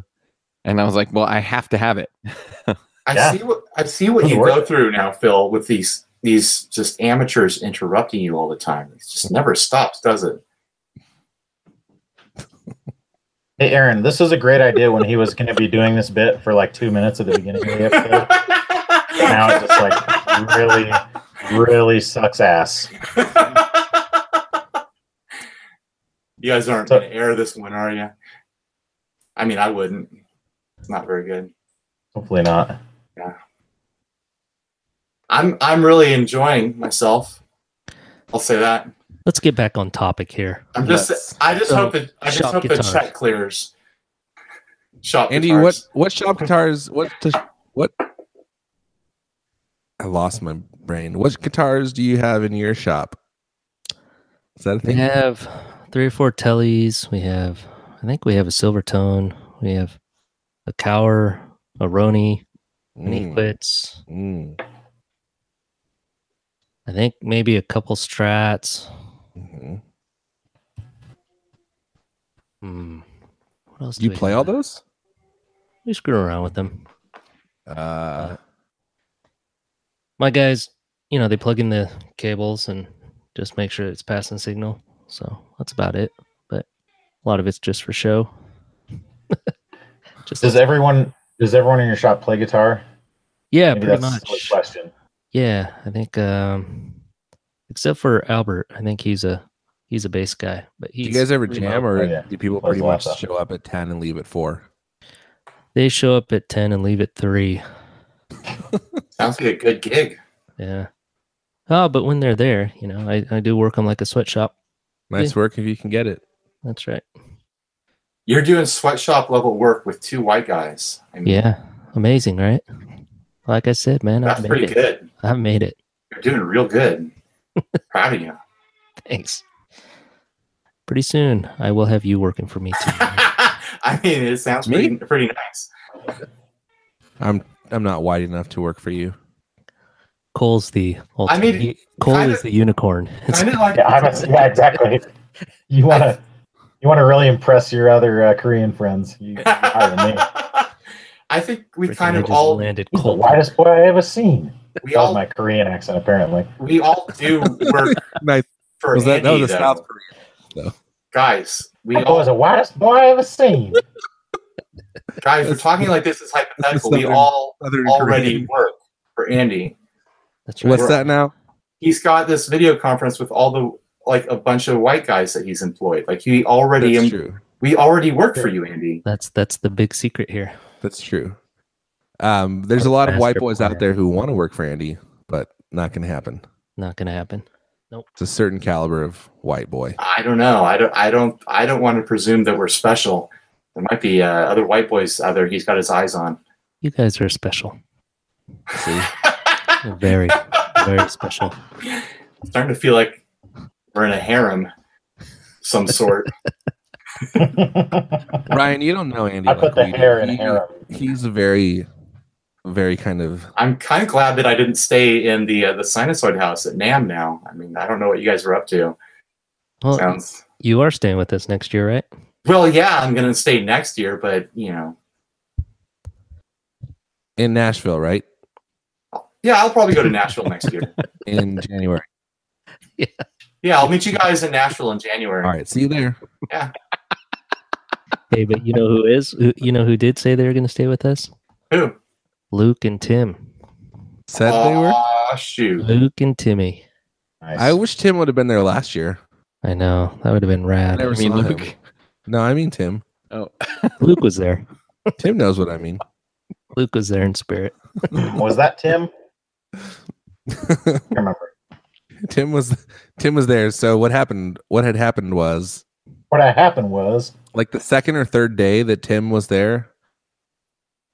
Speaker 2: and I was like, "Well, I have to have it."
Speaker 4: I
Speaker 3: Yeah.
Speaker 4: see what I see what
Speaker 3: Good
Speaker 4: you
Speaker 3: work.
Speaker 4: go through now, Phil, with these these just amateurs interrupting you all the time. It just never stops, does it?
Speaker 3: Hey, Aaron, this was a great idea when he was going to be doing this bit for like two minutes at the beginning of the episode. now it just like really, really sucks ass.
Speaker 4: you guys aren't
Speaker 3: So-
Speaker 4: going to air this one, are you? I mean, I wouldn't. It's not very good.
Speaker 3: Hopefully not.
Speaker 4: I'm I'm really enjoying myself. I'll say that.
Speaker 5: Let's get back on topic here.
Speaker 4: I'm just.
Speaker 1: Let's-
Speaker 4: I just
Speaker 5: so,
Speaker 4: hope that I just
Speaker 5: shop
Speaker 4: hope
Speaker 5: guitars.
Speaker 4: the check clears. Shop
Speaker 1: Andy,
Speaker 4: guitars.
Speaker 1: what what shop guitars? What to, what? I lost my brain. What guitars do you have in your shop? Is that a
Speaker 5: We
Speaker 1: thing?
Speaker 5: have three or four tellies. We have, I think we have a silver tone. We have a cower, a roni, an
Speaker 1: Mm,
Speaker 5: equitz.
Speaker 1: mm,
Speaker 5: I think maybe a couple strats.
Speaker 1: mhm.
Speaker 5: Hmm. What else?
Speaker 1: Do you
Speaker 5: do we
Speaker 1: play
Speaker 5: have?
Speaker 1: all those?
Speaker 5: We screw around with them.
Speaker 1: Uh,
Speaker 5: My guys, you know, they plug in the cables and just make sure it's passing signal. So that's about it. But a lot of it's just for show. just
Speaker 3: Does everyone? Does everyone in your shop play guitar?
Speaker 5: yeah,
Speaker 3: Maybe
Speaker 5: pretty
Speaker 3: that's a silly
Speaker 5: much.
Speaker 3: question.
Speaker 5: Yeah, I think um except for Albert, I think he's a he's a bass guy. But
Speaker 1: do
Speaker 5: he's,
Speaker 1: you guys ever
Speaker 5: pretty
Speaker 1: jam,
Speaker 5: much-
Speaker 1: or
Speaker 3: Oh, yeah.
Speaker 1: do people
Speaker 3: Plays
Speaker 1: pretty much
Speaker 3: lots of-
Speaker 1: show up at ten and leave at four?
Speaker 5: they show up at ten and leave at three.
Speaker 4: Sounds like a good gig.
Speaker 5: Yeah. Oh, but when they're there, you know, I, I do work on like a sweatshop.
Speaker 1: Nice work if you can get it.
Speaker 5: That's right.
Speaker 4: You're doing sweatshop level work with two white guys. I mean,
Speaker 5: Yeah. Amazing, right? Like I said, man,
Speaker 4: that's
Speaker 5: I've made
Speaker 4: pretty
Speaker 5: it.
Speaker 4: good.
Speaker 5: I've made it.
Speaker 4: You're doing real good. Proud of you.
Speaker 5: Thanks. Pretty soon, I will have you working for me too.
Speaker 4: I mean, it sounds pretty,
Speaker 1: Me?
Speaker 4: pretty nice.
Speaker 1: I'm I'm not wide enough to work for you.
Speaker 5: Cole's the ultimate.
Speaker 4: mean,
Speaker 5: he- Cole
Speaker 4: kinda-
Speaker 5: is the unicorn.
Speaker 4: I didn't like
Speaker 3: Yeah, I'm a, yeah exactly. You want to. You want to really impress your other uh, Korean friends. You, you hire me.
Speaker 4: I think we
Speaker 5: Freaking
Speaker 4: kind
Speaker 5: I
Speaker 4: of
Speaker 5: just
Speaker 4: all
Speaker 5: landed
Speaker 3: He's the
Speaker 5: Cole.
Speaker 3: whitest boy I ever seen.
Speaker 4: we
Speaker 3: That was
Speaker 4: all
Speaker 3: my Korean accent, apparently.
Speaker 4: we all do work
Speaker 1: Nice.
Speaker 4: for
Speaker 1: Was that, that
Speaker 4: Andy,
Speaker 1: was a
Speaker 4: though.
Speaker 1: South Korean.
Speaker 4: guys. We
Speaker 3: That boy's
Speaker 4: all
Speaker 3: the whitest boy I ever seen.
Speaker 4: guys. We're talking like this is hypothetical. We
Speaker 1: Southern-
Speaker 4: all
Speaker 1: Southern
Speaker 4: already
Speaker 1: Korean.
Speaker 4: work for Andy.
Speaker 5: That's right.
Speaker 1: What's that now?
Speaker 4: He's got this video conference with all the like a bunch of white guys that he's employed. Like he already
Speaker 1: That's
Speaker 4: em-
Speaker 1: true.
Speaker 4: we already work for you, Andy.
Speaker 5: That's that's the big secret here.
Speaker 1: That's true. Um, there's a lot of
Speaker 5: Master
Speaker 1: white boys out
Speaker 5: plan.
Speaker 1: there who want to work for Andy, but not going to happen.
Speaker 5: Not gonna happen. Nope.
Speaker 1: It's a certain caliber of white boy.
Speaker 4: I don't know. I don't. I don't. I don't want to presume that we're special. There might be uh, other white boys out there. He's got his eyes on.
Speaker 5: You guys are special. See? You're very, very special.
Speaker 4: Starting to feel like we're in a harem, of some sort.
Speaker 1: Ryan, you don't know Andy.
Speaker 3: I put the
Speaker 1: we do.
Speaker 3: hair in
Speaker 1: He-
Speaker 3: harem.
Speaker 1: He's a very, very kind of
Speaker 4: I'm kind of glad that I didn't stay in the uh, the Sinusoid House at Nam. Now, I mean, I don't know what you guys are up to.
Speaker 5: Well,
Speaker 4: Sounds
Speaker 5: you are staying with us next year, right?
Speaker 4: well. Yeah, I'm gonna stay next year, but you know,
Speaker 1: in Nashville, right?
Speaker 4: yeah, I'll probably go to Nashville next year.
Speaker 1: In January.
Speaker 4: Yeah, I'll meet you guys in Nashville in January.
Speaker 1: All right. See you there.
Speaker 5: Hey, but you know who is? Who, you know who did say they were going to stay with us?
Speaker 4: Who?
Speaker 5: Luke and Tim.
Speaker 1: Said they were.
Speaker 4: Aw, shoot.
Speaker 5: Luke and Timmy.
Speaker 3: Nice.
Speaker 1: I wish Tim would have been there last year.
Speaker 5: I know that would have been
Speaker 1: I
Speaker 5: rad.
Speaker 1: never
Speaker 2: I mean,
Speaker 1: saw
Speaker 2: Luke.
Speaker 1: him. No, I mean Tim.
Speaker 2: Oh,
Speaker 5: Luke was there.
Speaker 1: Tim knows what I mean.
Speaker 5: Luke was there in spirit.
Speaker 3: was that Tim? I remember.
Speaker 1: Tim was Tim was there. So what happened? What had happened was
Speaker 3: What had happened was
Speaker 1: like the second or third day that Tim was there.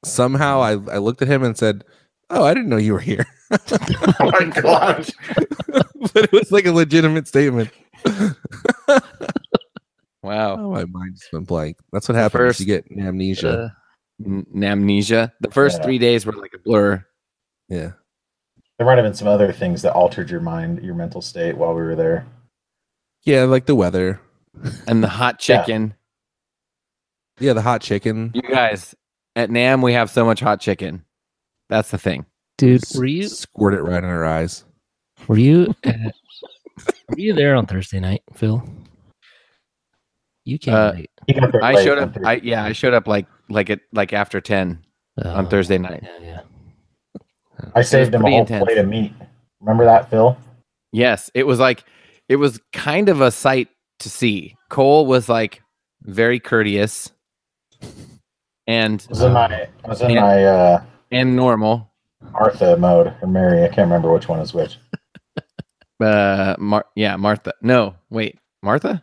Speaker 1: Somehow I, I looked at him and said, "Oh, I didn't know you were here,"
Speaker 4: Oh my god.
Speaker 1: but it was like a legitimate statement.
Speaker 2: wow.
Speaker 1: Oh, my mind's been blank. That's what happens.
Speaker 2: first- uh,
Speaker 1: You get amnesia.
Speaker 2: N- amnesia. The first
Speaker 3: Yeah.
Speaker 2: three days were like a blur.
Speaker 1: yeah.
Speaker 3: there might have been some other things that altered your mind, your mental state while we were there.
Speaker 1: Yeah, like the weather.
Speaker 2: And the hot
Speaker 3: Yeah.
Speaker 2: chicken.
Speaker 1: Yeah, the hot chicken.
Speaker 2: You guys, at Nam, we have so much hot chicken. That's the thing.
Speaker 5: Dude, were you
Speaker 1: Squirt it right in her eyes.
Speaker 5: were you at, were you there on Thursday night, Phil? You came
Speaker 2: Uh,
Speaker 5: late.
Speaker 3: He got there
Speaker 2: I
Speaker 3: late
Speaker 2: showed
Speaker 3: on
Speaker 2: up.
Speaker 3: Thursday.
Speaker 2: I yeah, I showed up like like it like after ten on
Speaker 5: Oh,
Speaker 2: Thursday night.
Speaker 5: Yeah, yeah.
Speaker 3: I saved him a
Speaker 2: pretty
Speaker 3: whole
Speaker 2: intense.
Speaker 3: plate of meat. Remember that, Phil?
Speaker 2: Yes, it was like it was kind of a sight to see. Cole was like very courteous and
Speaker 3: I was in my, I was
Speaker 2: Uh,
Speaker 3: in
Speaker 2: Yeah.
Speaker 3: my uh,
Speaker 2: and normal.
Speaker 3: Martha mode or Mary. I can't remember which one is which.
Speaker 2: Uh, Mar- yeah, Martha. No, wait, Martha.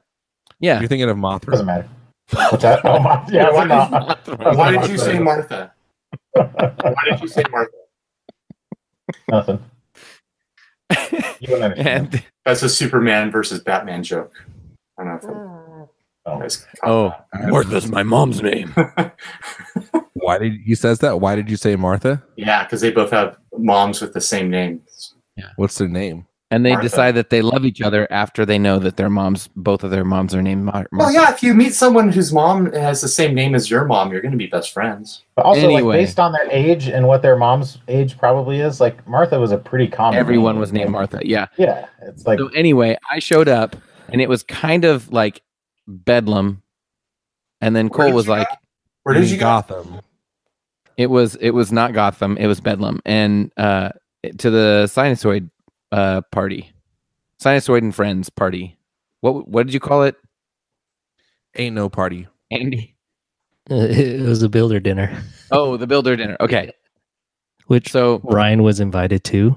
Speaker 2: Yeah,
Speaker 1: You're thinking of Mothra.
Speaker 3: Doesn't matter. What's that? Oh, my, yeah,
Speaker 4: Why
Speaker 3: why
Speaker 4: did-
Speaker 3: not?
Speaker 4: Why did you say Martha? Why did you say Martha?
Speaker 3: Nothing. You wouldn't understand.
Speaker 2: and
Speaker 4: That's a Superman versus Batman joke. I don't know. If you
Speaker 3: Oh.
Speaker 4: guys
Speaker 2: oh, Martha's my mom's name.
Speaker 1: Why did he says that? Why did you say Martha?
Speaker 4: Yeah, because they both have moms with the same name.
Speaker 1: What's their name?
Speaker 2: And they
Speaker 4: Martha.
Speaker 2: decide that they love each other after they know that their moms, both of their moms, are named Mar-
Speaker 4: Well,
Speaker 2: Martha.
Speaker 4: Oh, yeah, if you meet someone whose mom has the same name as your mom, you're going to be best friends.
Speaker 3: But also,
Speaker 2: Anyway.
Speaker 3: like based on their age and what their mom's age probably is, like Martha was a pretty common.
Speaker 2: Everyone
Speaker 3: name.
Speaker 2: was named Martha. Yeah.
Speaker 3: Yeah, it's like
Speaker 2: So anyway, I showed up, and it was kind of like bedlam. And then
Speaker 4: Where
Speaker 2: Cole
Speaker 4: did
Speaker 2: was
Speaker 4: you go?
Speaker 2: like,
Speaker 4: Where did you go?
Speaker 1: Gotham?
Speaker 2: It was it was not Gotham. It was Bedlam, and uh, to the Sinusoid uh, party, Sinusoid and Friends party. What what did you call it,
Speaker 1: Ain't no party.
Speaker 2: Andy?
Speaker 5: It was a builder dinner,
Speaker 2: Oh, the Builder dinner. Okay,
Speaker 5: which
Speaker 2: so
Speaker 5: Ryan was invited to,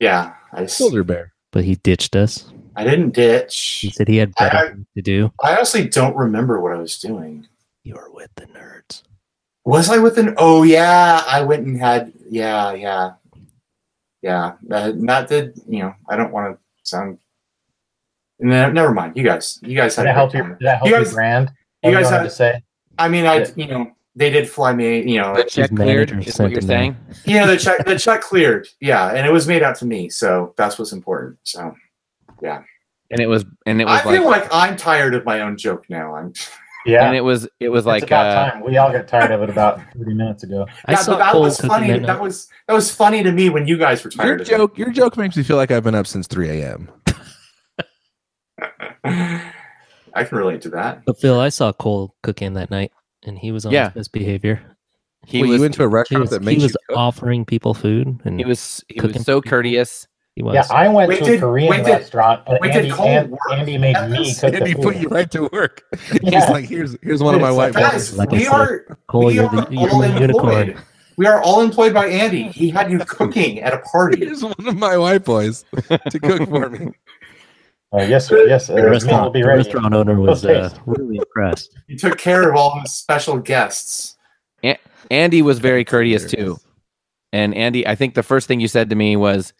Speaker 4: Yeah, I, s-
Speaker 1: Shoulder bear.
Speaker 5: but he ditched us.
Speaker 4: I didn't
Speaker 5: He
Speaker 4: ditch.
Speaker 5: said he had
Speaker 4: I-
Speaker 5: better
Speaker 4: I-
Speaker 5: things to do.
Speaker 4: I honestly don't remember what I was doing.
Speaker 5: You were with the nerds.
Speaker 4: Was I with an? Oh yeah, I went and had. Yeah, yeah, yeah. That, that did. You know, I don't want to sound. No, never mind. You guys, you guys
Speaker 3: did
Speaker 4: had
Speaker 3: that
Speaker 4: a
Speaker 3: help
Speaker 4: great
Speaker 3: your
Speaker 4: time.
Speaker 3: did that help
Speaker 4: You
Speaker 3: your
Speaker 4: guys-
Speaker 3: brand?
Speaker 4: you
Speaker 3: What do
Speaker 4: guys
Speaker 3: have
Speaker 4: had-
Speaker 3: to say?
Speaker 4: I mean, I
Speaker 3: Yeah.
Speaker 4: you know they did fly me. You know,
Speaker 2: the check cleared
Speaker 5: manager
Speaker 2: is what
Speaker 5: sent
Speaker 2: you're
Speaker 5: him
Speaker 2: saying.
Speaker 4: you know the check the check cleared. Yeah, and it was made out to me, so that's what's important. So
Speaker 2: And it was and it was
Speaker 4: I
Speaker 2: like,
Speaker 4: feel like I'm tired of my own joke now. I'm.
Speaker 3: Yeah,
Speaker 2: and it was it was like
Speaker 3: it's about
Speaker 2: uh,
Speaker 3: time. We all got tired of it about thirty minutes ago.
Speaker 5: I
Speaker 4: yeah,
Speaker 5: saw
Speaker 4: but that
Speaker 5: Cole
Speaker 4: was
Speaker 5: cooking
Speaker 4: funny.
Speaker 5: that
Speaker 4: That,
Speaker 5: night.
Speaker 4: was that was funny to me when you guys were
Speaker 1: Your
Speaker 4: tired. of it.
Speaker 1: joke. Your joke makes me feel like I've been up since 3 a.m.
Speaker 4: I can relate to that.
Speaker 5: But Phil, I saw Cole cook in that night, and he was on
Speaker 2: Yeah.
Speaker 5: his best behavior.
Speaker 2: he
Speaker 1: Were
Speaker 2: was
Speaker 1: you into a
Speaker 5: He
Speaker 1: restaurant
Speaker 5: was,
Speaker 1: that
Speaker 5: he
Speaker 1: makes you
Speaker 5: was
Speaker 1: cook?
Speaker 5: offering people food, and
Speaker 2: he was he
Speaker 5: cooking
Speaker 2: was so
Speaker 5: people.
Speaker 2: courteous.
Speaker 5: he was.
Speaker 3: Yeah, I went
Speaker 4: Wait,
Speaker 3: to
Speaker 4: did-
Speaker 3: a Korean
Speaker 4: wait, did-
Speaker 3: restaurant, and
Speaker 4: wait, did
Speaker 3: Andy,
Speaker 4: Cole
Speaker 3: and,
Speaker 4: work
Speaker 3: Andy made
Speaker 4: at
Speaker 3: me
Speaker 4: this?
Speaker 3: cook
Speaker 1: And he
Speaker 3: the
Speaker 1: put you
Speaker 3: food.
Speaker 1: right to work. He's
Speaker 3: Yeah.
Speaker 1: like, here's here's one of my
Speaker 3: It's
Speaker 1: white
Speaker 3: like-
Speaker 1: boys.
Speaker 4: Guys,
Speaker 5: Like I
Speaker 4: we
Speaker 5: said,
Speaker 4: are
Speaker 5: Cole,
Speaker 4: we
Speaker 5: you're
Speaker 4: are
Speaker 5: the, you're
Speaker 4: all
Speaker 5: the unicorn.
Speaker 4: employed. we are all employed by Andy. He had you cooking at a party.
Speaker 1: Here's one of my white boys to cook for me.
Speaker 3: Uh, yes, sir. yes. Uh,
Speaker 5: The
Speaker 3: meal will
Speaker 5: restaurant,
Speaker 3: be
Speaker 5: the
Speaker 3: ready.
Speaker 5: restaurant owner was uh,
Speaker 3: Thanks.
Speaker 5: really impressed.
Speaker 4: You took care of all his special guests.
Speaker 2: Andy was very courteous too. And Andy, I think the first thing you said to me was,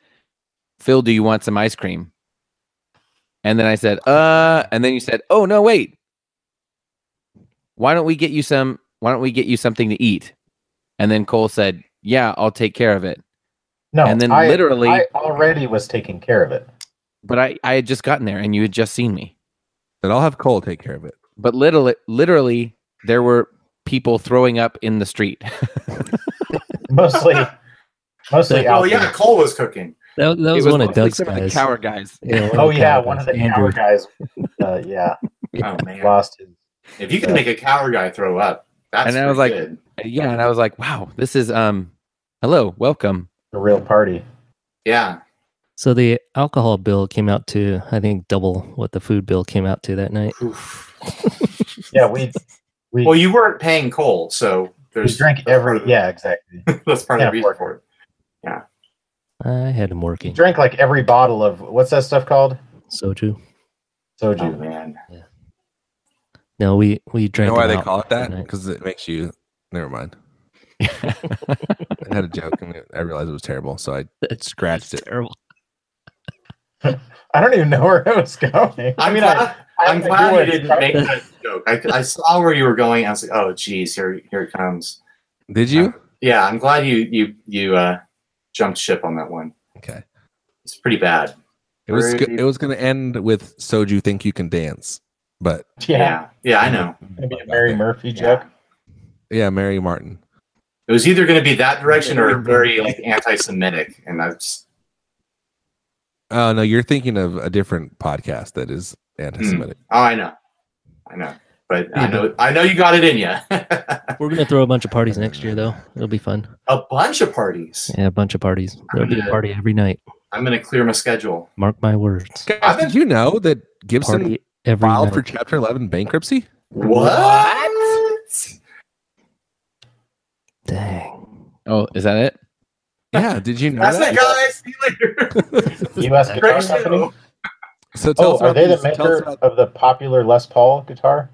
Speaker 2: "Phil, do you want some ice cream?" And then I said, "Uh," and then you said, "Oh no, wait. Why don't we get you some? Why don't we get you something to eat?" And then Cole said, "Yeah, I'll take care of it."
Speaker 3: No,
Speaker 2: and then
Speaker 3: I-
Speaker 2: literally,
Speaker 3: I already was taking care of it.
Speaker 2: but I I had just gotten there, and you had just seen me.
Speaker 1: But I'll have Cole take care of it.
Speaker 2: But literally, literally, there were people throwing up in the street.
Speaker 3: Mostly, mostly.
Speaker 4: Oh
Speaker 3: out
Speaker 4: yeah,
Speaker 3: there.
Speaker 4: Cole was cooking.
Speaker 5: That, that
Speaker 2: It
Speaker 5: was, one of
Speaker 2: mostly
Speaker 5: Doug's
Speaker 2: some the
Speaker 5: guys.
Speaker 2: cower guys.
Speaker 5: Yeah, one of
Speaker 3: Oh
Speaker 5: the
Speaker 3: yeah,
Speaker 5: cower
Speaker 3: one of
Speaker 5: guys.
Speaker 3: the
Speaker 5: Andrew.
Speaker 3: Andrew. guys. Uh, yeah,
Speaker 4: Oh man,
Speaker 3: lost his
Speaker 4: if you can make a coward guy throw up, that's
Speaker 2: And I was
Speaker 4: pretty
Speaker 2: like-
Speaker 4: good.
Speaker 2: yeah and i was like wow this is um hello welcome
Speaker 3: a real party.
Speaker 4: yeah,
Speaker 5: So the alcohol bill came out to I think double what the food bill came out to that night.
Speaker 3: Yeah, we we,
Speaker 4: Well, you weren't paying Cole, so
Speaker 3: we
Speaker 4: there's
Speaker 3: drank
Speaker 4: that's part
Speaker 3: every.
Speaker 4: of-
Speaker 3: Yeah, exactly.
Speaker 4: that's part
Speaker 3: yeah,
Speaker 4: of the reason
Speaker 3: pork.
Speaker 4: for it.
Speaker 5: I had him
Speaker 3: We
Speaker 5: working.
Speaker 3: drank like every bottle of what's that stuff called?
Speaker 5: Soju.
Speaker 4: Oh
Speaker 3: Soju.
Speaker 4: man,
Speaker 5: No, we we
Speaker 1: You
Speaker 5: drank.
Speaker 1: know why
Speaker 5: them
Speaker 1: they
Speaker 5: out
Speaker 1: call it that?
Speaker 5: night.
Speaker 1: Because it makes you. Never mind. I had a joke and I realized it was terrible, so I
Speaker 5: That's
Speaker 1: scratched it.
Speaker 5: terrible.
Speaker 3: I don't even know where it was going. I mean, I,
Speaker 4: glad,
Speaker 3: I
Speaker 4: am
Speaker 3: knew
Speaker 4: glad
Speaker 3: it.
Speaker 4: you didn't make that joke. I, I saw where you were going. I was like, oh geez, here here it comes.
Speaker 1: did you?
Speaker 4: Yeah, I'm glad you you you uh, jumped ship on that one.
Speaker 1: Okay.
Speaker 4: It's pretty bad.
Speaker 1: It was
Speaker 4: Pretty-
Speaker 1: go- it was going to end with Soju think you can dance, but
Speaker 3: Yeah,
Speaker 4: yeah, yeah I know.
Speaker 3: maybe a Mary Murphy joke.
Speaker 1: yeah, Mary Martin.
Speaker 4: It was either going to be that direction or very like anti-Semitic, and that's
Speaker 1: Oh no, you're thinking of a different podcast that is anti-Semitic.
Speaker 4: oh, I know, I know, but I
Speaker 5: Yeah,
Speaker 4: know, I know you got it in you.
Speaker 5: We're gonna throw a bunch of parties next year though. It'll be fun.
Speaker 4: a bunch of parties.
Speaker 5: Yeah, a bunch of parties. There'll be a
Speaker 4: Yeah.
Speaker 5: party every night.
Speaker 4: I'm going to clear my schedule.
Speaker 5: Mark my words.
Speaker 1: Guys, did you know that Gibson
Speaker 5: Party every
Speaker 1: filed
Speaker 5: night.
Speaker 1: for Chapter 11 bankruptcy?
Speaker 4: What?
Speaker 5: Dang.
Speaker 2: oh is that it
Speaker 1: Yeah, did you know
Speaker 4: That's
Speaker 1: that?
Speaker 4: it, guys. See you later.
Speaker 3: U.S. guitar
Speaker 4: Great
Speaker 3: company.
Speaker 4: show.
Speaker 1: So tell
Speaker 3: Oh,
Speaker 1: us
Speaker 3: are
Speaker 1: about
Speaker 3: they the
Speaker 1: these- tell us
Speaker 3: maker
Speaker 1: about-
Speaker 3: of the popular Les Paul guitar?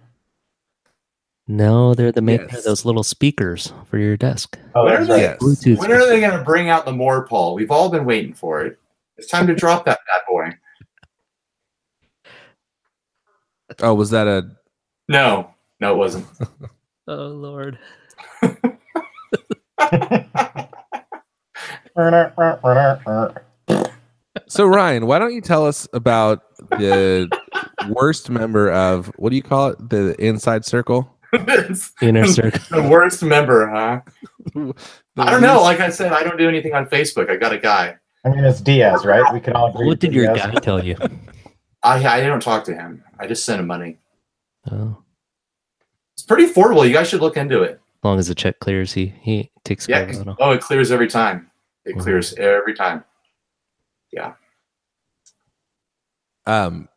Speaker 5: No, they're the maker of
Speaker 1: Yes.
Speaker 5: those little speakers for your desk.
Speaker 3: Oh,
Speaker 4: Where
Speaker 3: that's
Speaker 4: are they?
Speaker 3: right.
Speaker 1: yes.
Speaker 5: Bluetooth.
Speaker 4: When are they going to bring out the more Paul? We've all been waiting for it. It's time to drop that bad boy.
Speaker 1: Oh, was that a
Speaker 4: No, no, it wasn't.
Speaker 5: Oh Lord.
Speaker 1: So Ryan, why don't you tell us about the worst member of what do you call it? The inside circle?
Speaker 4: It's
Speaker 5: Inner circle.
Speaker 4: the worst member, huh?
Speaker 1: The
Speaker 4: I don't know.
Speaker 1: least-
Speaker 4: Like I said, I don't do anything on Facebook. I got a guy.
Speaker 3: I mean, it's Diaz, right? We can all agree.
Speaker 5: What did your
Speaker 3: Diaz.
Speaker 5: guy tell you?
Speaker 4: I I don't talk to him. I just send him money.
Speaker 5: Oh.
Speaker 4: It's pretty affordable. You guys should look into it.
Speaker 5: As long as the check clears, he he takes care
Speaker 4: Yeah.
Speaker 5: of it. all.
Speaker 4: Oh, it clears every time. It
Speaker 5: Mhm.
Speaker 4: clears every time.
Speaker 1: Um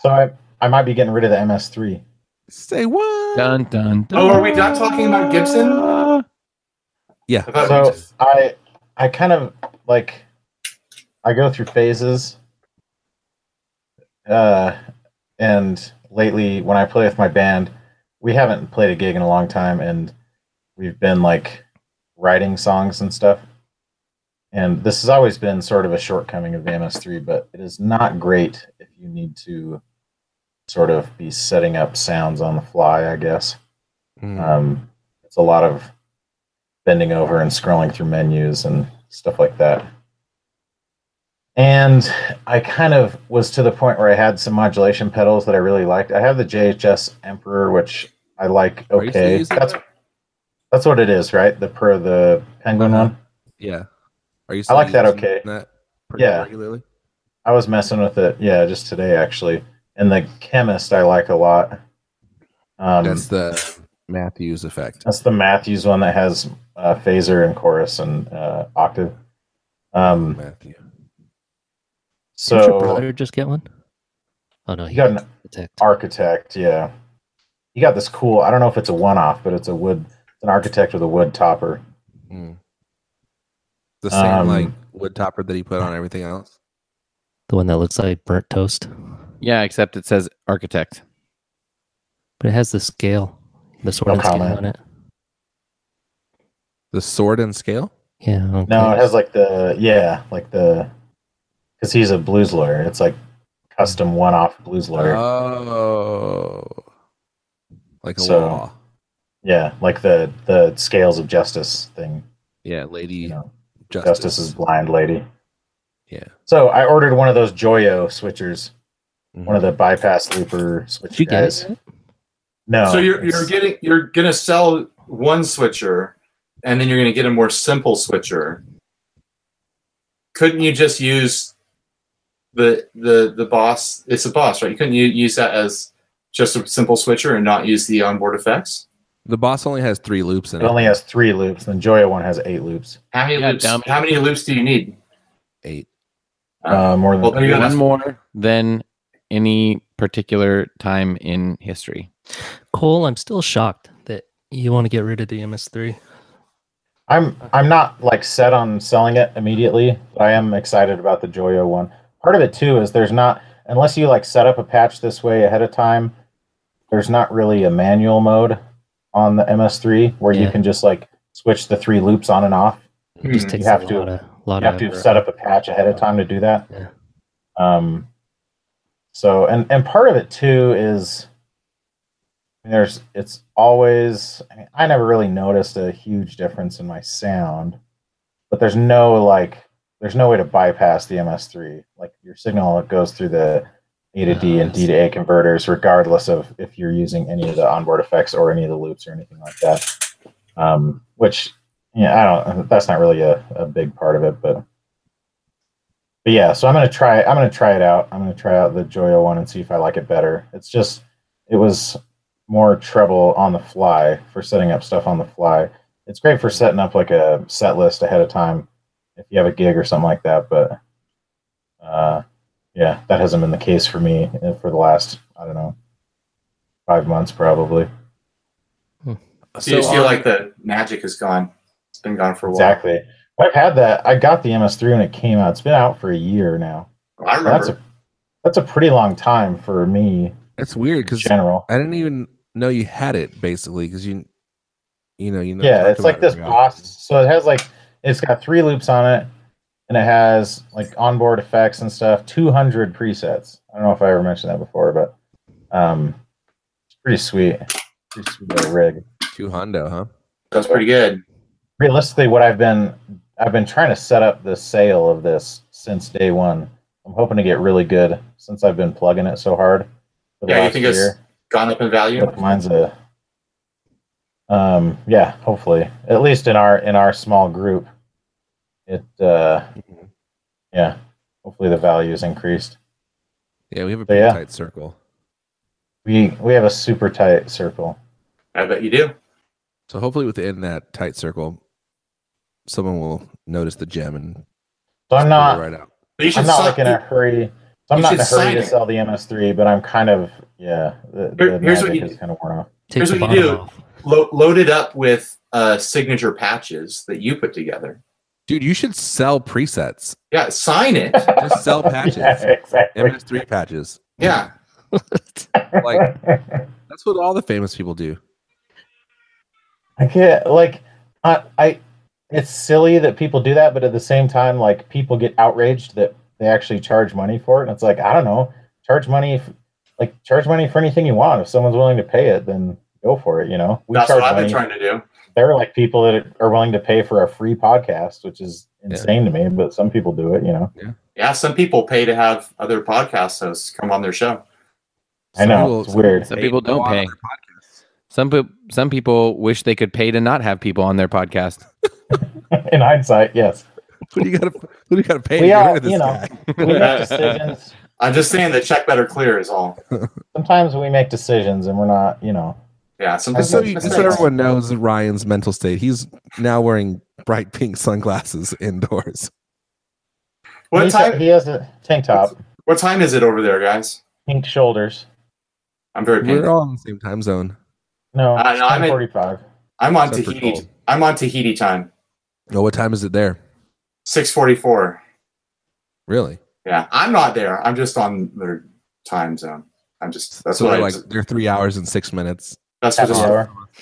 Speaker 3: So I, I might be getting rid of the MS3.
Speaker 1: say what?
Speaker 2: dun dun, dun.
Speaker 4: Oh, are we not talking about Gibson?
Speaker 1: Yeah.
Speaker 4: I thought we
Speaker 3: so
Speaker 4: just-
Speaker 3: I I kind of like I go through phases. Uh and lately when I play with my band, we haven't played a gig in a long time and we've been like writing songs and stuff. And this has always been sort of a shortcoming of the MS3, but it is not great if you need to sort of be setting up sounds on the fly, I guess.
Speaker 1: Mm.
Speaker 3: Um, it's a lot of bending over and scrolling through menus and stuff like that. And I kind of was to the point where I had some modulation pedals that I really liked. I have the JHS Emperor, which I like
Speaker 1: Are you still
Speaker 3: okay.
Speaker 1: using
Speaker 3: That's
Speaker 1: that?
Speaker 3: that's what it is, right? The per the penguin
Speaker 1: Uh-huh.
Speaker 3: one.
Speaker 1: Yeah. Are you
Speaker 3: I like that
Speaker 1: using
Speaker 3: okay.
Speaker 1: That pretty
Speaker 3: Yeah.
Speaker 1: Regularly?
Speaker 3: I was messing with it, yeah, just today actually. And the chemist I like a lot. Um,
Speaker 1: That's the Matthews effect.
Speaker 3: That's the Matthews one that has uh, phaser and chorus and uh, octave. Um,
Speaker 1: Matthew.
Speaker 5: Didn't
Speaker 3: so
Speaker 5: your brother just get one? Oh no,
Speaker 3: he
Speaker 5: he
Speaker 3: got an
Speaker 5: the tech.
Speaker 3: architect, yeah. He got this cool. I don't know if it's a one-off, but it's a wood. It's an architect with a wood topper.
Speaker 1: Mm. The same like
Speaker 3: Um,
Speaker 1: wood topper that he put on everything else.
Speaker 5: The one that looks like burnt toast,
Speaker 2: Yeah, except it says architect.
Speaker 5: but it has the scale, the sword
Speaker 3: No
Speaker 5: and scale
Speaker 3: comment.
Speaker 5: on it.
Speaker 1: The sword and scale.
Speaker 5: Yeah. okay.
Speaker 3: No, it has like the yeah, like the because he's a blues lawyer. It's like custom one-off blues lawyer.
Speaker 5: Uh-huh.
Speaker 1: Oh, like a
Speaker 3: So-
Speaker 1: law.
Speaker 3: yeah, like the the scales of justice thing.
Speaker 1: Yeah, lady
Speaker 3: You know,
Speaker 1: justice.
Speaker 3: justice, is blind lady.
Speaker 1: Yeah.
Speaker 3: So I ordered one of those Joyo switchers,
Speaker 1: Mhm.
Speaker 3: one of the bypass looper switch
Speaker 5: Did you get
Speaker 3: guys.
Speaker 5: it?
Speaker 3: No.
Speaker 4: so you're you're
Speaker 3: it's-
Speaker 4: getting you're gonna sell one switcher, and then you're gonna get a more simple switcher. Couldn't you just use the the the boss? It's a boss, right? You couldn't you use that as just a simple switcher and not use the onboard effects?
Speaker 1: The boss only has three loops in
Speaker 3: It
Speaker 1: it.
Speaker 3: only has three loops, and Joyo one has eight loops.
Speaker 4: How many
Speaker 2: Yeah,
Speaker 4: loops?
Speaker 2: dumb.
Speaker 4: How many loops do you need?
Speaker 1: eight.
Speaker 3: Uh, more than
Speaker 4: Ah. Well, there you go.
Speaker 2: One
Speaker 4: Oh, That's-
Speaker 2: more than any particular time in history.
Speaker 5: Cole, I'm still shocked that you want to get rid of the MS3.
Speaker 3: I'm I'm not like set on selling it immediately. But I am excited about the Joyo one. Part of it too is there's not unless you like set up a patch this way ahead of time. There's not really a manual mode on the MS3 where
Speaker 5: Yeah.
Speaker 3: you can just like switch the three loops on and off.
Speaker 5: It just
Speaker 4: Hmm.
Speaker 5: takes
Speaker 3: have
Speaker 5: a
Speaker 3: to-
Speaker 5: lot of lot
Speaker 3: You have
Speaker 5: of
Speaker 3: to set up a patch ahead of time to do that.
Speaker 5: Yeah.
Speaker 3: Um, so and and part of it too is I mean, there's it's always I mean I never really noticed a huge difference in my sound, but there's no like there's no way to bypass the MS3. Like your signal goes through the A to D
Speaker 5: Ah,
Speaker 3: and
Speaker 5: I
Speaker 3: D to A converters, regardless of if you're using any of the onboard effects or any of the loops or anything like that. Um, which yeah, I don't. That's not really a, a big part of it, but but yeah. So I'm gonna try. I'm gonna try it out. I'm gonna try out the Joyo one and see if I like it better. It's just it was more trouble on the fly for setting up stuff on the fly. It's great for setting up like a set list ahead of time if you have a gig or something like that. But uh, yeah, that hasn't been the case for me uh, for the last I don't know five months probably.
Speaker 4: So you just feel
Speaker 1: on-
Speaker 4: like the magic is gone. It's been gone for a while.
Speaker 3: Exactly. I've had that. I got the MS3 when it came out. It's been out for a year now.
Speaker 4: I remember.
Speaker 3: That's a that's a pretty long time for me
Speaker 1: That's weird
Speaker 3: in
Speaker 1: because
Speaker 3: general.
Speaker 1: I didn't even know you had it basically because you, you know, you know.
Speaker 3: yeah,
Speaker 1: talked
Speaker 3: it's like
Speaker 1: about it
Speaker 3: this
Speaker 1: very often.
Speaker 3: boss. So it has like it's got three loops on it, and it has like onboard effects and stuff. Two hundred presets. I don't know if I ever mentioned that before, but um, it's pretty sweet. Pretty sweet little rig.
Speaker 1: Two hundo, huh?
Speaker 4: That's pretty good.
Speaker 3: realistically what i've been i've been trying to set up the sale of this since day one i'm hoping to get really good since i've been plugging it so hard for the
Speaker 4: Yeah, you
Speaker 3: last
Speaker 4: think it's-
Speaker 3: year.
Speaker 4: Gone up in value.
Speaker 3: But mine's a um yeah hopefully at least in our in our small group it uh yeah hopefully the value is increased
Speaker 1: Yeah, we have a
Speaker 3: So,
Speaker 1: pretty
Speaker 3: yeah.
Speaker 1: tight circle.
Speaker 3: we we have a super tight circle
Speaker 4: I bet you do.
Speaker 1: So hopefully within that tight circle, someone will notice the gem and
Speaker 3: so i'm
Speaker 1: pull it
Speaker 3: not
Speaker 1: right out.
Speaker 4: But you should
Speaker 3: i'm not
Speaker 4: sign-
Speaker 3: like in a hurry so i'm
Speaker 4: you
Speaker 3: not in a
Speaker 4: should
Speaker 3: hurry
Speaker 4: sign
Speaker 3: to
Speaker 4: it.
Speaker 3: sell the ms3 but i'm kind of yeah the, the
Speaker 4: Here- here's what
Speaker 3: magic
Speaker 4: you
Speaker 3: is kind of worn off
Speaker 5: Take
Speaker 4: Here's
Speaker 5: the
Speaker 4: what you
Speaker 5: bottom
Speaker 4: do.
Speaker 5: off.
Speaker 4: lo- loaded up with uh, signature patches that you put together.
Speaker 1: Dude, you should sell presets.
Speaker 4: Yeah, sign it.
Speaker 1: Just sell patches.
Speaker 3: Yeah, exactly.
Speaker 1: MS3 patches.
Speaker 4: Yeah,
Speaker 1: Like that's what all the famous people do.
Speaker 3: I can't like I, I it's silly that people do that, but at the same time, like people get outraged that they actually charge money for it. And it's like, I don't know, charge money f- like charge money for anything you want. If someone's willing to pay it, then go for it, you know. We
Speaker 4: that's
Speaker 3: charge
Speaker 4: what I've been
Speaker 3: money.
Speaker 4: trying to do.
Speaker 3: There are like people that are willing to pay for a free podcast, which is insane to me, but some people do it, you know.
Speaker 4: Yeah, some people pay to have other podcast hosts come on their show.
Speaker 3: I know, it's weird.
Speaker 2: Some people don't
Speaker 1: on
Speaker 2: pay.
Speaker 1: their podcasts.
Speaker 2: Some peop some people wish they could pay to not have people on their podcast.
Speaker 3: In hindsight, yes.
Speaker 1: Who do you gotta who do you gotta pay
Speaker 3: We
Speaker 1: to get
Speaker 3: are,
Speaker 1: rid of this
Speaker 3: you know.
Speaker 1: guy?
Speaker 3: We make decisions
Speaker 4: I'm just saying the check better clear is all.
Speaker 3: sometimes we make decisions and we're not, you know,
Speaker 4: Yeah, some
Speaker 1: Just so, you,
Speaker 4: that's
Speaker 1: just so
Speaker 4: nice.
Speaker 1: everyone knows Ryan's mental state, he's now wearing bright pink sunglasses indoors.
Speaker 4: What
Speaker 3: he's-
Speaker 4: time?
Speaker 3: he has a tank top,
Speaker 4: What time is it over there, guys?
Speaker 3: pink shoulders.
Speaker 4: I'm very
Speaker 1: We're
Speaker 4: painful.
Speaker 1: all in the same time zone.
Speaker 3: No,
Speaker 4: Uh,
Speaker 3: it's
Speaker 4: no, I'm in-
Speaker 3: 1045.
Speaker 4: I'm on
Speaker 1: Except for
Speaker 4: Tahiti.
Speaker 1: cold.
Speaker 4: I'm on Tahiti time.
Speaker 1: Oh, what time is it there?
Speaker 4: Six forty-four.
Speaker 1: Really?
Speaker 4: Yeah, I'm not there. I'm just on their time zone. I'm just that's
Speaker 1: so
Speaker 4: what I
Speaker 1: they're like
Speaker 4: obs-
Speaker 1: they're three hours and six minutes.
Speaker 4: that's
Speaker 3: Half
Speaker 4: what,
Speaker 3: an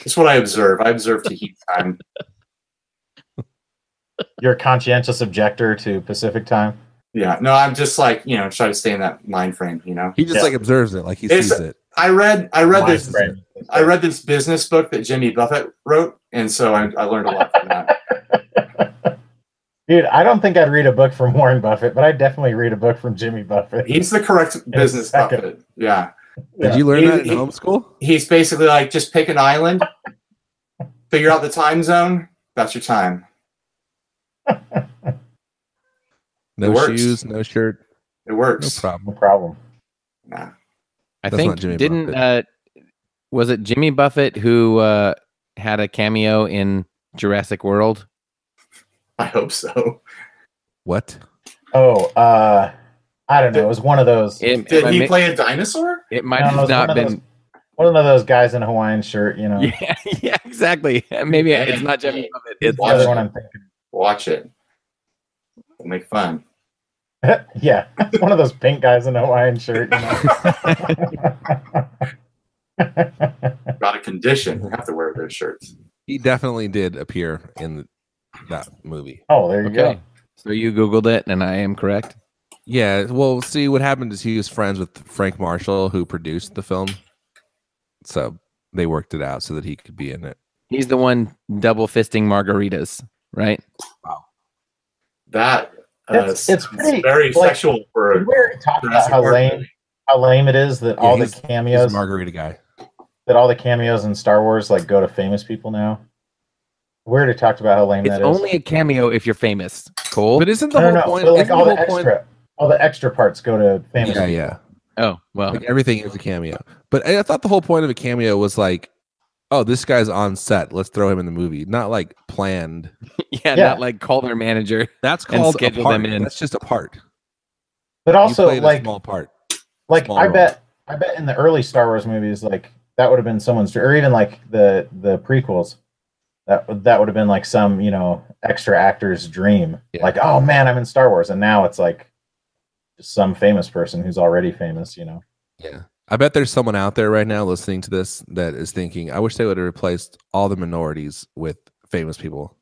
Speaker 4: that's,
Speaker 3: hour.
Speaker 4: what I observe. I observe Tahiti time.
Speaker 3: You're a conscientious objector to Pacific time.
Speaker 4: Yeah, no, I'm just like you know try to stay in that mind frame. You know,
Speaker 1: He just
Speaker 3: Yeah.
Speaker 1: like observes it, like he
Speaker 4: It's-
Speaker 1: sees it.
Speaker 4: I read I read
Speaker 3: My
Speaker 4: this
Speaker 3: friend.
Speaker 4: I read this business book that Jimmy Buffett wrote, and so I, I learned a lot from that.
Speaker 3: Dude, I don't think I'd read a book from Warren Buffett, but I'd definitely read a book from Jimmy Buffett.
Speaker 4: He's the correct business
Speaker 3: second.
Speaker 4: Buffett. Yeah,
Speaker 1: Did
Speaker 3: Yeah.
Speaker 1: you learn
Speaker 4: He-
Speaker 1: that in
Speaker 4: he-
Speaker 1: homeschool?
Speaker 4: he's basically like just pick an island, figure out the time zone. That's your time.
Speaker 1: No
Speaker 4: works.
Speaker 1: shoes, no shirt,
Speaker 4: It
Speaker 1: no
Speaker 4: works.
Speaker 3: No
Speaker 1: problem.
Speaker 3: problem.
Speaker 4: Nah.
Speaker 2: I
Speaker 1: That's
Speaker 2: think
Speaker 1: not Jimmy
Speaker 2: didn't
Speaker 1: Buffett.
Speaker 2: uh was it Jimmy Buffett who uh had a cameo in Jurassic World?
Speaker 4: I hope so.
Speaker 1: What?
Speaker 3: Oh, uh, I don't know. It was one of those.
Speaker 2: It,
Speaker 4: Did
Speaker 2: it,
Speaker 4: he
Speaker 2: mi-
Speaker 4: play a dinosaur?
Speaker 2: it
Speaker 3: no,
Speaker 2: might
Speaker 3: it
Speaker 2: have
Speaker 3: was
Speaker 2: not
Speaker 3: one of
Speaker 2: been
Speaker 3: those- one of those guys in a Hawaiian shirt, you know.
Speaker 2: Yeah, yeah, exactly. Maybe it's not Jimmy Buffett. It's
Speaker 3: The other one
Speaker 4: Watch
Speaker 2: Buffett.
Speaker 3: I'm thinking.
Speaker 4: Watch it. We'll make fun.
Speaker 3: yeah, one of those pink guys in a Hawaiian shirt. You know?
Speaker 4: Got a condition. You have to wear those shirts.
Speaker 1: He definitely did appear in that movie.
Speaker 3: oh, there you
Speaker 2: Okay. So you googled it and I am correct.
Speaker 1: Yeah. Well, see what happened is he was friends with Frank Marshall, who produced the film. So they worked it out so that he could be in it.
Speaker 2: He's the one double fisting margaritas, right?
Speaker 4: That uh,
Speaker 3: It's- it's
Speaker 4: is
Speaker 3: pretty,
Speaker 4: very
Speaker 3: like,
Speaker 4: sexual
Speaker 3: go.
Speaker 4: for
Speaker 3: Did we already talk about
Speaker 4: Jurassic
Speaker 3: how
Speaker 4: Park
Speaker 3: lame
Speaker 4: movie.
Speaker 3: how lame it is that
Speaker 1: Yeah,
Speaker 3: all the
Speaker 1: he's- He's a
Speaker 3: cameos
Speaker 1: margarita guy.
Speaker 3: that all the cameos in Star Wars like go to famous people now? We already talked about how lame
Speaker 2: It's
Speaker 3: that is.
Speaker 2: only a cameo if you're famous. Cole.
Speaker 1: But isn't the
Speaker 3: no, no,
Speaker 1: whole
Speaker 3: no.
Speaker 1: point?
Speaker 3: but, like
Speaker 1: isn't
Speaker 3: all
Speaker 1: the
Speaker 3: the
Speaker 1: whole point-
Speaker 3: extra, all the extra parts go to famous.
Speaker 1: Yeah,
Speaker 3: people.
Speaker 1: yeah.
Speaker 2: oh well,
Speaker 1: Like everything is a cameo. But I I thought the whole point of a cameo was like, oh, this guy's on set. Let's throw him in the movie. Not like planned.
Speaker 2: yeah,
Speaker 3: yeah.
Speaker 2: Not like call their manager.
Speaker 1: That's
Speaker 2: And
Speaker 1: called a
Speaker 2: schedule
Speaker 1: part.
Speaker 2: them in.
Speaker 1: That's just a part. You
Speaker 3: But also,
Speaker 1: played a
Speaker 3: like,
Speaker 1: small part.
Speaker 3: like
Speaker 1: small
Speaker 3: I
Speaker 1: role.
Speaker 3: bet, I bet in the early Star Wars movies, like that would have been someone's, or even like the the prequels, that would- that would have been like some you know extra actor's dream.
Speaker 1: Yeah.
Speaker 3: Like, oh man, I'm in Star Wars, and now it's like just some famous person who's already famous. You know,
Speaker 1: Yeah. I bet there's someone out there right now listening to this that is thinking, I wish they would have replaced all the minorities with famous people.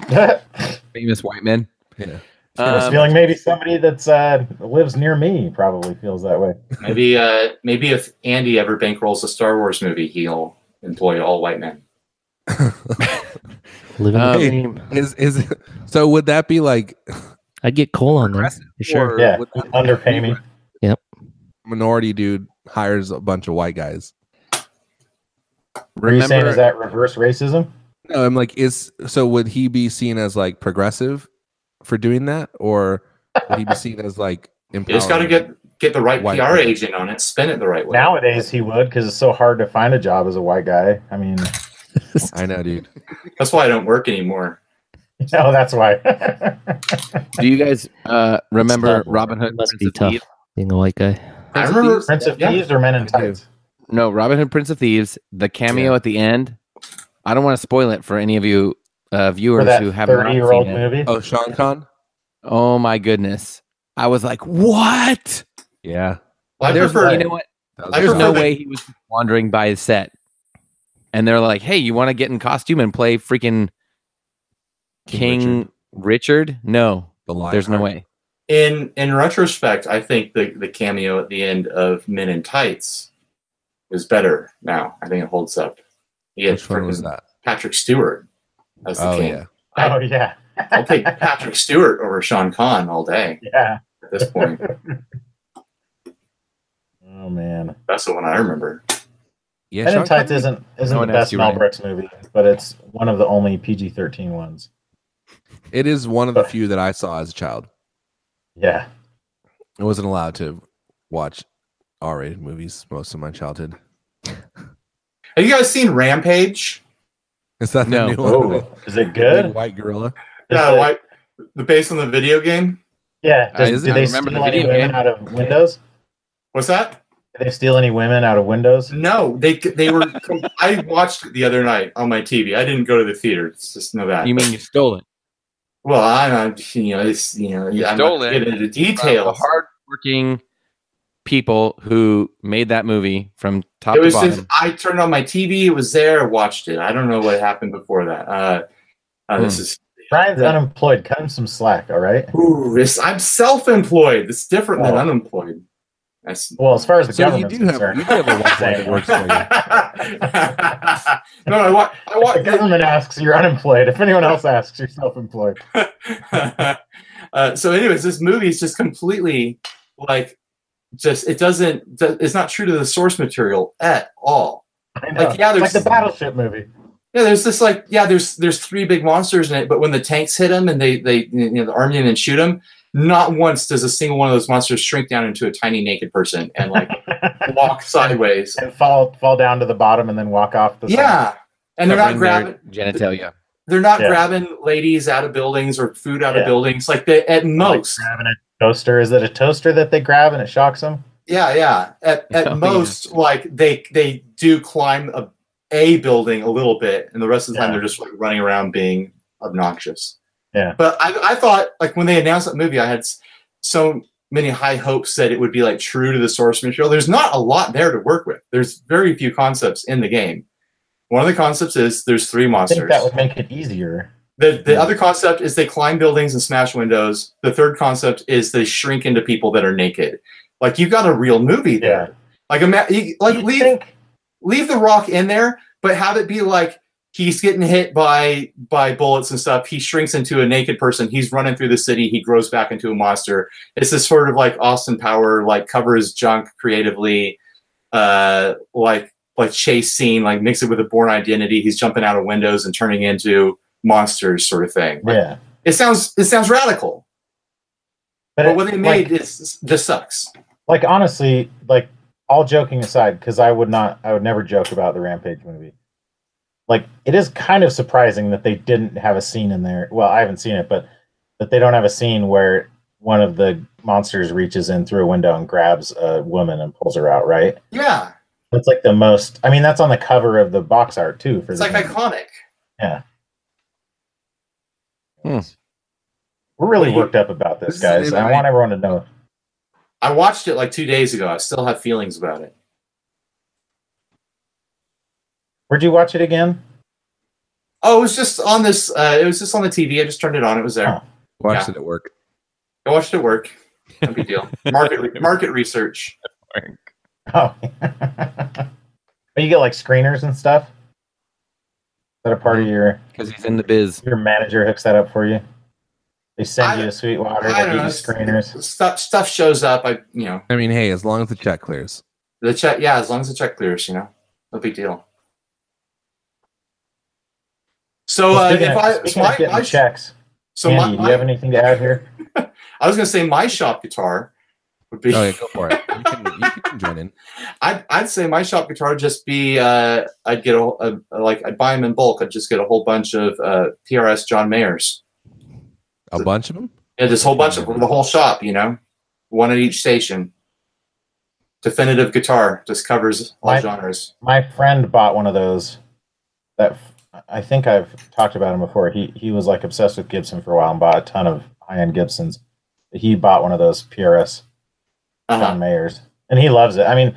Speaker 2: Famous white men.
Speaker 1: Yeah.
Speaker 3: I was
Speaker 2: Um,
Speaker 3: feeling maybe somebody that's uh, lives near me probably feels that way.
Speaker 4: it. Maybe, uh, maybe if Andy ever bankrolls a Star Wars movie, he'll employ all white men.
Speaker 5: Living
Speaker 2: Um,
Speaker 5: the dream.
Speaker 1: Is is so would that be like
Speaker 5: I'd get Cole on there
Speaker 1: progressive
Speaker 5: for sure.
Speaker 1: or
Speaker 3: Yeah.
Speaker 1: would that
Speaker 3: Underpay me.
Speaker 1: minority dude hires a bunch of white guys?
Speaker 3: Are you saying
Speaker 2: Remember-
Speaker 3: is that reverse racism?
Speaker 1: No, I'm like, is so would he be seen as like progressive for doing that, or would he be seen as like
Speaker 4: You just got to
Speaker 1: empowering?
Speaker 4: get get the right
Speaker 1: Oh, White
Speaker 4: PR
Speaker 1: people.
Speaker 4: agent on it, spin it the right way.
Speaker 3: Nowadays he would because it's so hard to find a job as a white guy. I mean,
Speaker 1: I know, dude.
Speaker 4: That's why I don't work anymore.
Speaker 3: no, that's why.
Speaker 2: Do you guys uh, remember
Speaker 5: tough.
Speaker 2: Robin Hood?
Speaker 5: Must
Speaker 2: Prince
Speaker 5: be
Speaker 2: of
Speaker 5: tough
Speaker 2: Thieves?
Speaker 5: being a white guy.
Speaker 4: I
Speaker 2: Prince of
Speaker 4: remember
Speaker 2: Thieves?
Speaker 3: Prince of
Speaker 4: Yeah.
Speaker 3: Thieves or Men in
Speaker 1: I do.
Speaker 3: Tights?
Speaker 2: No, Robin Hood, Prince of Thieves. The cameo
Speaker 1: Yeah.
Speaker 2: at the end. I don't want to spoil it for any of you uh,
Speaker 3: For
Speaker 2: viewers
Speaker 3: that
Speaker 2: who have not
Speaker 3: thirty-year-old
Speaker 2: seen it.
Speaker 3: movie.
Speaker 1: Oh, Sean Con.
Speaker 2: Oh my goodness! I was like, what?
Speaker 1: Yeah,
Speaker 4: Well, I
Speaker 2: There's,
Speaker 4: prefer
Speaker 2: you know what?
Speaker 1: that
Speaker 4: I
Speaker 1: a
Speaker 2: There's
Speaker 1: shock.
Speaker 2: no
Speaker 4: prefer-
Speaker 2: way he was wandering by his set. And they're like, hey, you want to get in costume and play freaking King,
Speaker 1: Richard,
Speaker 2: Richard. No,
Speaker 1: the Lionheart.
Speaker 2: there's no way.
Speaker 4: in in retrospect, I think the the cameo at the end of Men in Tights is better now. I think it holds up. Yeah,
Speaker 1: Which one was that?
Speaker 4: Patrick Stewart as the
Speaker 1: Oh
Speaker 4: king.
Speaker 1: yeah,
Speaker 3: Oh yeah,
Speaker 4: I'll take Patrick Stewart over Sean Conn all day
Speaker 3: yeah.
Speaker 4: at this point.
Speaker 3: Oh man,
Speaker 4: That's the one I remember.
Speaker 1: yeah.
Speaker 3: Men in
Speaker 1: Sean
Speaker 3: Tights
Speaker 1: Connery.
Speaker 3: isn't isn't
Speaker 2: No
Speaker 3: the
Speaker 2: one asked
Speaker 3: best
Speaker 2: you,
Speaker 3: Mel
Speaker 2: Ryan.
Speaker 3: Brooks movie, but it's one of the only PG-13 ones.
Speaker 1: It is one of the few that I saw as a child.
Speaker 3: Yeah,
Speaker 1: I wasn't allowed to watch R-rated movies most of my childhood.
Speaker 4: Have you guys seen Rampage?
Speaker 1: Is that
Speaker 2: No.
Speaker 1: the new one?
Speaker 3: oh, is it
Speaker 1: The
Speaker 3: good?
Speaker 1: big white gorilla.
Speaker 3: Is
Speaker 4: Yeah,
Speaker 3: it-
Speaker 4: like the based on the video game.
Speaker 3: yeah.
Speaker 2: I-
Speaker 3: Does,
Speaker 1: I
Speaker 3: do they
Speaker 2: remember the
Speaker 3: steal any
Speaker 2: video
Speaker 3: women
Speaker 2: game.
Speaker 3: out of windows?
Speaker 4: What's that?
Speaker 3: Do they steal any women out of windows?
Speaker 4: No, they they were. I watched it the other night on my TV. I didn't go to the theater. It's just no that.
Speaker 2: You mean you stole it?
Speaker 4: Well, I don't, you know, it's, you know,
Speaker 2: You
Speaker 4: I'm
Speaker 2: stole
Speaker 4: not
Speaker 2: it
Speaker 4: gonna get into
Speaker 1: Uh,
Speaker 2: From the
Speaker 4: details.
Speaker 2: hardworking people who made that movie from top
Speaker 4: It
Speaker 2: to
Speaker 4: was
Speaker 2: bottom.
Speaker 4: just I turned on my TV. It was there. Watched it. I don't know what happened before that. Uh, uh,
Speaker 1: Hmm.
Speaker 4: This is
Speaker 3: Brian's unemployed. Cut him some slack, all right?
Speaker 4: ooh, this. I'm self-employed. It's different than
Speaker 3: Oh.
Speaker 4: unemployed. That's
Speaker 3: Well, as far as the
Speaker 1: So you
Speaker 3: government's
Speaker 1: do have
Speaker 3: concerned,
Speaker 1: you do have a lifeline that works for you.
Speaker 4: no, I wa- I
Speaker 3: If the government asks, you're unemployed. If anyone else asks, you're self-employed.
Speaker 4: wa- uh, so, anyways, this movie is just completely like, just it doesn't. th- It's not true to the source material at all.
Speaker 3: I know.
Speaker 4: Like, yeah,
Speaker 3: It's like
Speaker 4: there's-
Speaker 3: the battleship movie.
Speaker 4: Yeah, there's this like, yeah, there's there's three big monsters in it, but when the tanks hit them and they they you know the army and shoot them, not once does a single one of those monsters shrink down into a tiny naked person and like walk sideways.
Speaker 3: and fall fall down to the bottom and then walk off the side.
Speaker 4: Yeah, and they're not
Speaker 2: Covering their
Speaker 4: grabbing.
Speaker 2: genitalia.
Speaker 4: they're not
Speaker 3: Yeah.
Speaker 4: grabbing ladies out of buildings or food out of
Speaker 3: Yeah.
Speaker 4: buildings like they at
Speaker 3: Like
Speaker 4: most
Speaker 3: grabbing a toaster. Is it a toaster that they grab and it shocks them?
Speaker 4: yeah yeah at, at
Speaker 2: Oh, yeah.
Speaker 4: most like they they do climb a, a building a little bit and the rest of the time
Speaker 3: Yeah.
Speaker 4: they're just like running around being obnoxious
Speaker 3: Yeah.
Speaker 4: but I, I thought like when they announced that movie i had s- so many high hopes that it would be like true to the source material there's not a lot there to work with there's very few concepts in the game one of the concepts is there's three
Speaker 3: I think
Speaker 4: monsters
Speaker 3: that would make it easier.
Speaker 4: The, the other concept is they climb buildings and smash windows. The third concept is they shrink into people that are naked. Like you got a real movie there. Like ima- you, like
Speaker 3: You'd
Speaker 4: leave
Speaker 3: think-
Speaker 4: leave the rock in there, but have it be like he's getting hit by by bullets and stuff. He shrinks into a naked person. He's running through the city. He grows back into a monster. It's this sort of like Austin Power like covers junk creatively, uh, like like chase scene, like mix it with a born identity. He's jumping out of windows and turning into monsters, sort of thing.
Speaker 3: yeah,
Speaker 4: It sounds it sounds radical, but,
Speaker 3: it-
Speaker 4: what they
Speaker 3: like-
Speaker 4: made is just sucks.
Speaker 3: like honestly, like all joking aside, because I would not, I would never joke about the Rampage movie. Like it is kind of surprising that they didn't have a scene in there. Well, I haven't seen it, but that they don't have a scene where one of the monsters reaches in through a window and grabs a woman and pulls her out. Right?
Speaker 4: Yeah,
Speaker 3: That's like the most. I mean, that's on the cover of the box art too. For
Speaker 4: it's
Speaker 3: the
Speaker 4: like
Speaker 3: movie.
Speaker 4: iconic.
Speaker 2: Hmm.
Speaker 3: We're really
Speaker 4: Well, you-
Speaker 3: worked up about this,
Speaker 1: this is
Speaker 3: guys.
Speaker 1: an
Speaker 3: I want everyone to know.
Speaker 4: I watched it like two days ago. I still have feelings about it.
Speaker 3: Where'd you watch it again?
Speaker 4: Oh, it was just on this. Uh, it was just on the TV. I just turned it on. It was there.
Speaker 3: Huh.
Speaker 1: Watched
Speaker 4: Yeah.
Speaker 1: it at work.
Speaker 4: I watched it work. No big deal. Market market research.
Speaker 3: Oh, Oh, you get like screeners and stuff. Is that a
Speaker 4: Mm.
Speaker 3: part of your
Speaker 2: Because he's in the biz.
Speaker 3: your manager hooks that up for you? They send
Speaker 4: I-
Speaker 3: you to Sweetwater.
Speaker 4: I
Speaker 3: They give
Speaker 4: don't
Speaker 3: you
Speaker 4: know.
Speaker 3: screeners.
Speaker 4: Stuff stuff shows up. I you know
Speaker 1: I mean, hey, as long as the check clears.
Speaker 4: the check. Yeah, as long as the check clears, you know, no big deal. So
Speaker 3: Well,
Speaker 4: uh,
Speaker 3: speaking
Speaker 4: if
Speaker 3: of-
Speaker 4: I
Speaker 3: speaking of
Speaker 4: my,
Speaker 3: getting
Speaker 4: my
Speaker 3: checks,
Speaker 4: so
Speaker 3: Andy,
Speaker 4: my,
Speaker 3: do you have anything to add here?
Speaker 4: I was gonna say my shop guitar would
Speaker 1: Oh
Speaker 4: be.
Speaker 1: yeah, go for it. You can, you can join in.
Speaker 4: I'd, I'd say my shop guitar would just be uh, I'd get a, a like I'd buy them in bulk. I'd just get a whole bunch of uh, PRS John Mayers.
Speaker 1: A bunch of them.
Speaker 4: Yeah, this whole bunch of the whole shop, you know, one at each station. Definitive guitar just covers all
Speaker 3: Right.
Speaker 4: genres.
Speaker 3: My friend bought one of those. That I think I've talked about him before. He he was like obsessed with Gibson for a while and bought a ton of high end Gibsons. He bought one of those PRS John
Speaker 4: Uh-huh.
Speaker 3: Mayer's, and he loves it. I mean,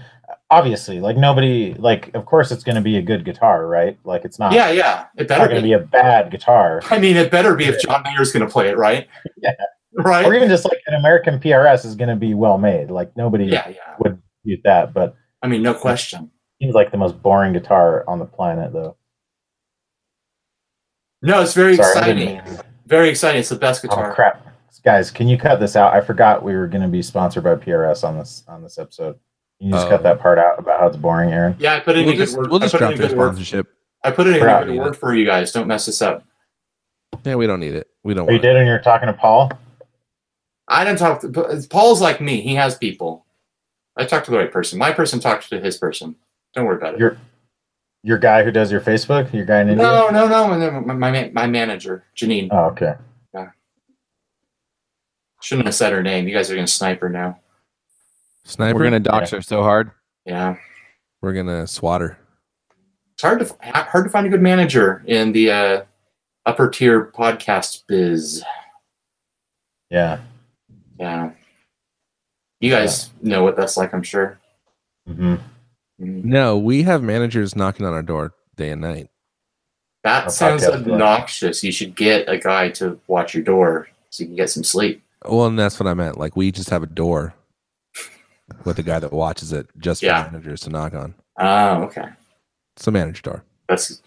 Speaker 3: obviously, like nobody, like of course, it's going to be a good guitar, right? Like it's not,
Speaker 4: Yeah, yeah, it
Speaker 3: it's not
Speaker 4: better
Speaker 3: going
Speaker 4: be.
Speaker 3: to be a bad guitar,
Speaker 4: I mean, it better be if John Mayer's going to play it, right?
Speaker 3: Yeah. or
Speaker 4: Right.
Speaker 3: even just like an American PRS is going to be well made. Like nobody
Speaker 4: Yeah, yeah.
Speaker 3: would dispute that, but
Speaker 4: I mean, no question.
Speaker 3: seems like the most boring guitar on the planet, though.
Speaker 4: No, it's very
Speaker 3: Sorry, I didn't
Speaker 4: exciting.
Speaker 3: mean-
Speaker 4: Very exciting. It's the best
Speaker 3: Oh
Speaker 4: guitar.
Speaker 3: crap, guys! Can you cut this out? I forgot we were going to be sponsored by PRS on this on this episode. Can you just
Speaker 4: Um,
Speaker 3: cut
Speaker 1: Oh.
Speaker 3: that part out about how it's boring, Aaron?
Speaker 4: Yeah, I put in
Speaker 1: We'll
Speaker 4: a good
Speaker 1: just,
Speaker 4: word.
Speaker 1: we'll
Speaker 4: I
Speaker 1: just
Speaker 4: put in
Speaker 1: drop
Speaker 4: a
Speaker 1: their
Speaker 4: good word.
Speaker 1: sponsorship.
Speaker 4: I put in a
Speaker 3: Proud
Speaker 4: good
Speaker 1: of you.
Speaker 4: word for you guys. Don't mess this up.
Speaker 1: Yeah, we don't need it. We don't.
Speaker 3: Oh, you
Speaker 1: Want it.
Speaker 3: did, and you're talking to Paul.
Speaker 4: I didn't talk. To, but Paul's like me. He has people. I talked to the right person. My person talked to his person. Don't worry about it.
Speaker 3: Your your guy who does your Facebook, your guy in India.
Speaker 4: No, no, no. and then My, my, ma- my manager, Janine.
Speaker 3: Oh, okay.
Speaker 4: Shouldn't have said her name. You guys are going to snipe her now.
Speaker 1: Sniper.
Speaker 2: We're gonna dox her so hard.
Speaker 4: Yeah.
Speaker 1: we're gonna swat her.
Speaker 4: It's hard to, f- hard to find a good manager in the uh, upper tier podcast biz.
Speaker 3: Yeah.
Speaker 4: Yeah. You guys know what that's like, I'm sure.
Speaker 3: hmm
Speaker 4: Mm.
Speaker 1: No, we have managers knocking on our door day and night.
Speaker 4: That
Speaker 3: Our
Speaker 4: sounds
Speaker 3: podcast is like-
Speaker 4: obnoxious. You should get a guy to watch your door so you can get some sleep.
Speaker 1: Well, and that's what I meant. Like we just have a door with a guy that watches it just
Speaker 4: Yeah.
Speaker 1: for managers to knock on.
Speaker 4: Oh, okay.
Speaker 1: It's a manager door.
Speaker 4: That's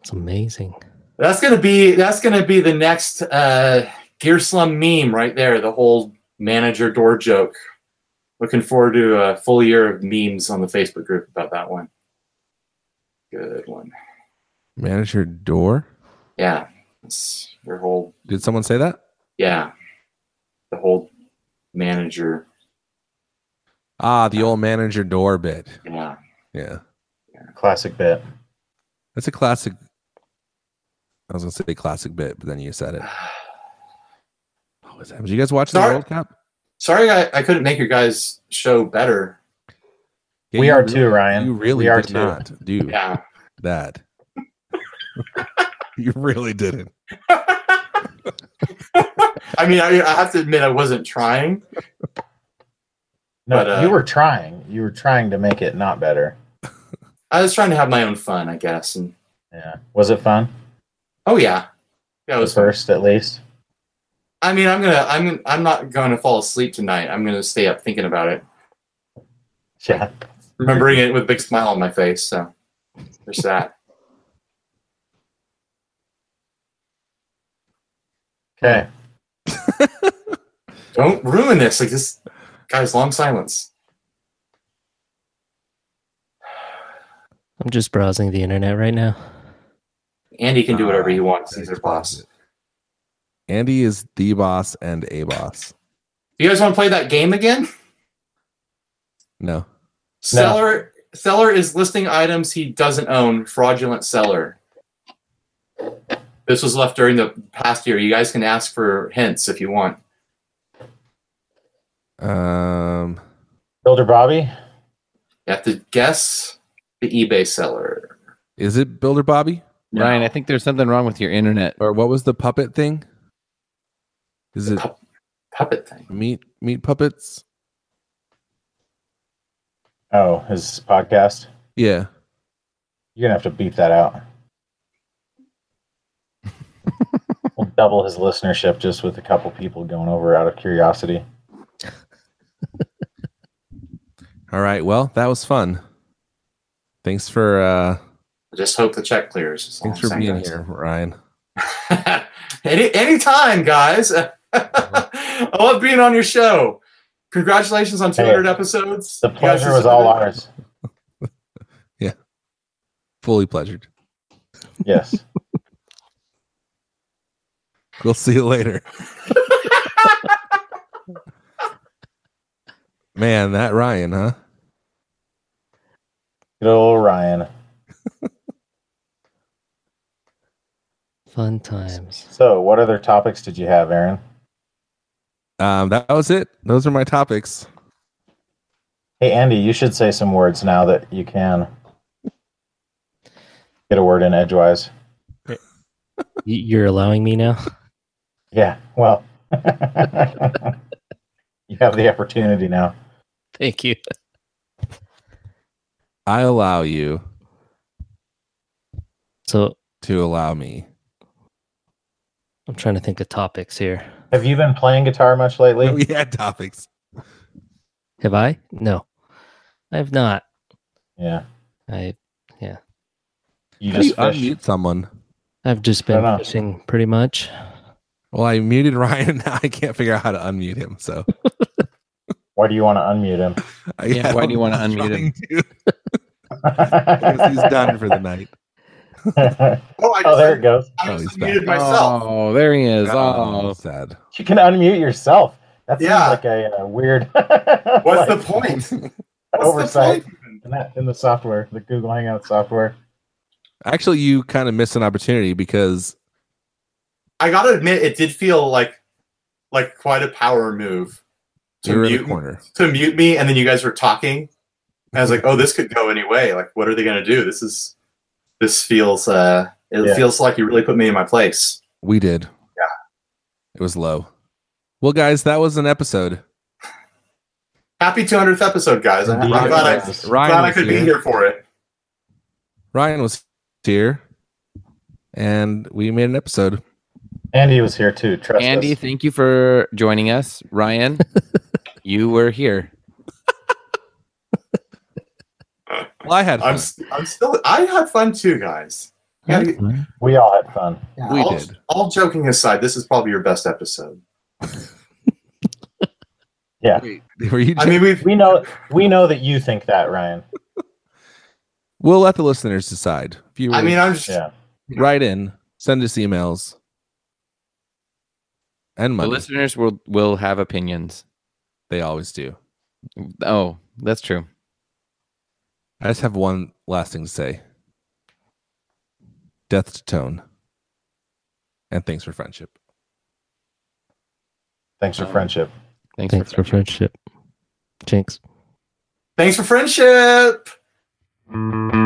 Speaker 5: It's amazing.
Speaker 4: That's gonna be that's gonna be the next uh, Gear Slum meme right there. The whole manager door joke. Looking forward to a full year of memes on the Facebook group about that one. Good one.
Speaker 1: Manager door?
Speaker 4: Yeah, it's your whole
Speaker 1: Did someone say that?
Speaker 4: yeah, the whole manager.
Speaker 1: Ah, the old manager door bit.
Speaker 4: Yeah,
Speaker 1: Yeah.
Speaker 3: Classic bit.
Speaker 1: That's a classic. I was gonna say classic bit, but then you said it. What was that? Did you guys watch the
Speaker 4: Sorry.
Speaker 1: World Cup?
Speaker 4: sorry I, I couldn't make your guys' show better.
Speaker 1: Yeah,
Speaker 3: we
Speaker 1: you
Speaker 3: are
Speaker 1: really-
Speaker 3: too, Ryan.
Speaker 1: You really
Speaker 3: we are
Speaker 1: did
Speaker 3: too.
Speaker 1: not do
Speaker 4: Yeah,
Speaker 1: that. you really didn't.
Speaker 4: I mean I, I have to admit I wasn't trying.
Speaker 3: No,
Speaker 4: But, uh,
Speaker 3: you were trying. You were trying to make it not better.
Speaker 4: I was trying to have my own fun, I guess. And
Speaker 3: Yeah. Was it fun?
Speaker 4: oh yeah, yeah, it
Speaker 3: The
Speaker 4: was fun.
Speaker 3: first, at least.
Speaker 4: I mean, I'm gonna, I'm, I'm not gonna fall asleep tonight. I'm gonna stay up thinking about it,
Speaker 3: Yeah.
Speaker 4: remembering it with a big smile on my face. So there's that.
Speaker 3: Okay.
Speaker 4: Don't ruin this. Like this, guys. Long silence.
Speaker 5: I'm just browsing the internet right now.
Speaker 4: Andy can do whatever he wants.
Speaker 1: That's
Speaker 4: He's our boss.
Speaker 1: Andy is the boss and a boss.
Speaker 4: You guys want to play that game again?
Speaker 1: No.
Speaker 4: Seller, seller is listing items he doesn't own. Fraudulent seller. This was left during the past year. You guys can ask for hints if you want.
Speaker 1: Um
Speaker 3: Builder Bobby.
Speaker 4: You have to guess the eBay seller.
Speaker 1: is it Builder Bobby?
Speaker 2: Ryan, I think there's something wrong with your internet.
Speaker 1: Or what was the puppet thing? Is it
Speaker 4: Pup- puppet thing.
Speaker 1: meat meat puppets?
Speaker 3: Oh, his podcast.
Speaker 1: Yeah.
Speaker 3: You're gonna have to beat that out. we'll double his listenership just with a couple people going over out of curiosity.
Speaker 1: All right. Well, that was fun. Thanks for uh
Speaker 4: I just hope the check clears. is all
Speaker 1: thanks
Speaker 4: I'm
Speaker 1: for
Speaker 4: saying,
Speaker 1: being
Speaker 4: guys.
Speaker 1: here, Ryan.
Speaker 4: Any anytime, guys. I love being on your show. Congratulations on 200 episodes.
Speaker 3: The
Speaker 4: You guys
Speaker 3: pleasure was
Speaker 4: deserve
Speaker 3: all
Speaker 4: it.
Speaker 3: ours.
Speaker 1: Fully pleasured.
Speaker 3: Yes.
Speaker 1: We'll see you later. Man, that Ryan, huh?
Speaker 3: Good old Ryan.
Speaker 5: Fun times.
Speaker 3: So, what other topics did you have, Aaron?
Speaker 1: Um, that was it. Those are my topics.
Speaker 3: Hey, Andy, you should say some words now that you can. Get a word in edgewise.
Speaker 5: Y- You're allowing me now?
Speaker 3: Yeah, well, you have the opportunity now.
Speaker 5: Thank you.
Speaker 1: I allow you
Speaker 5: So
Speaker 1: to allow me.
Speaker 5: I'm trying to think of topics here.
Speaker 3: Have you been playing guitar much lately?
Speaker 1: We had Oh, topics.
Speaker 5: Have I? No, I have not.
Speaker 3: Yeah.
Speaker 5: I
Speaker 3: You
Speaker 1: How do you
Speaker 3: just fish.
Speaker 1: unmute someone?
Speaker 5: I've just
Speaker 3: Fair
Speaker 5: been
Speaker 3: enough.
Speaker 5: fishing pretty much.
Speaker 1: Well, I muted Ryan. Now I can't figure out how to unmute him. So
Speaker 3: Why do you want to unmute him?
Speaker 1: I,
Speaker 2: Yeah, why do you wanna unmute him?
Speaker 1: him? Because he's done for the night.
Speaker 4: Oh, I
Speaker 3: oh, there it goes.
Speaker 4: I
Speaker 1: Oh,
Speaker 4: just
Speaker 1: he's back.
Speaker 4: muted myself.
Speaker 2: Oh, there he is.
Speaker 1: Oh,
Speaker 2: Oh,
Speaker 1: sad.
Speaker 3: You can unmute yourself. That sounds
Speaker 4: Yeah.
Speaker 3: like a, uh weird.
Speaker 4: What's the
Speaker 3: like,
Speaker 4: point? What's
Speaker 3: Oversight.
Speaker 4: the point?
Speaker 3: in, that, in the software, the Google Hangout software.
Speaker 1: Actually, you kind of missed an opportunity because
Speaker 4: I gotta admit, it did feel like like quite a power move
Speaker 1: you
Speaker 4: to
Speaker 1: were in the
Speaker 4: mute
Speaker 1: corner.
Speaker 4: to mute me, and then you guys were talking. And I was like, oh, this could go any way. Like, what are they gonna do? This is this feels uh It
Speaker 3: Yeah.
Speaker 4: feels like you really put me in my place.
Speaker 1: We did. Yeah. It was low. Well, guys, that was an episode.
Speaker 4: Happy 200th episode, guys. I'm, I'm
Speaker 3: Indeed.
Speaker 4: glad, I,
Speaker 3: Yes.
Speaker 2: Ryan
Speaker 4: glad I
Speaker 2: was
Speaker 4: could
Speaker 2: here.
Speaker 4: be here for it.
Speaker 1: Ryan was here and we made an episode.
Speaker 3: Andy was here too. Trust
Speaker 2: Andy,
Speaker 3: us.
Speaker 2: thank you for joining us. Ryan, you were here.
Speaker 1: Well, I had fun.
Speaker 4: I'm, s- I'm still. I had fun too, guys. Yeah, you-
Speaker 3: We all had fun.
Speaker 4: yeah,
Speaker 1: We
Speaker 4: all,
Speaker 1: did.
Speaker 4: All joking aside, this is probably your best episode.
Speaker 3: Yeah,
Speaker 1: Were you
Speaker 4: I mean, we've
Speaker 3: we know. We know that you think that, Ryan.
Speaker 1: we'll let the listeners decide. If you
Speaker 4: I mean, I'm just.
Speaker 3: Yeah,
Speaker 1: write in, send us emails, and
Speaker 2: The
Speaker 1: money.
Speaker 2: listeners will will have opinions.
Speaker 1: They always do.
Speaker 2: Oh, that's true.
Speaker 1: I just have one last thing to say. Death to tone. And thanks for friendship.
Speaker 3: thanks for
Speaker 2: Um,
Speaker 3: friendship.
Speaker 2: Thanks,
Speaker 5: Thanks
Speaker 2: for,
Speaker 5: for friendship. Jinx.
Speaker 4: Thanks for friendship.
Speaker 6: Mm-hmm.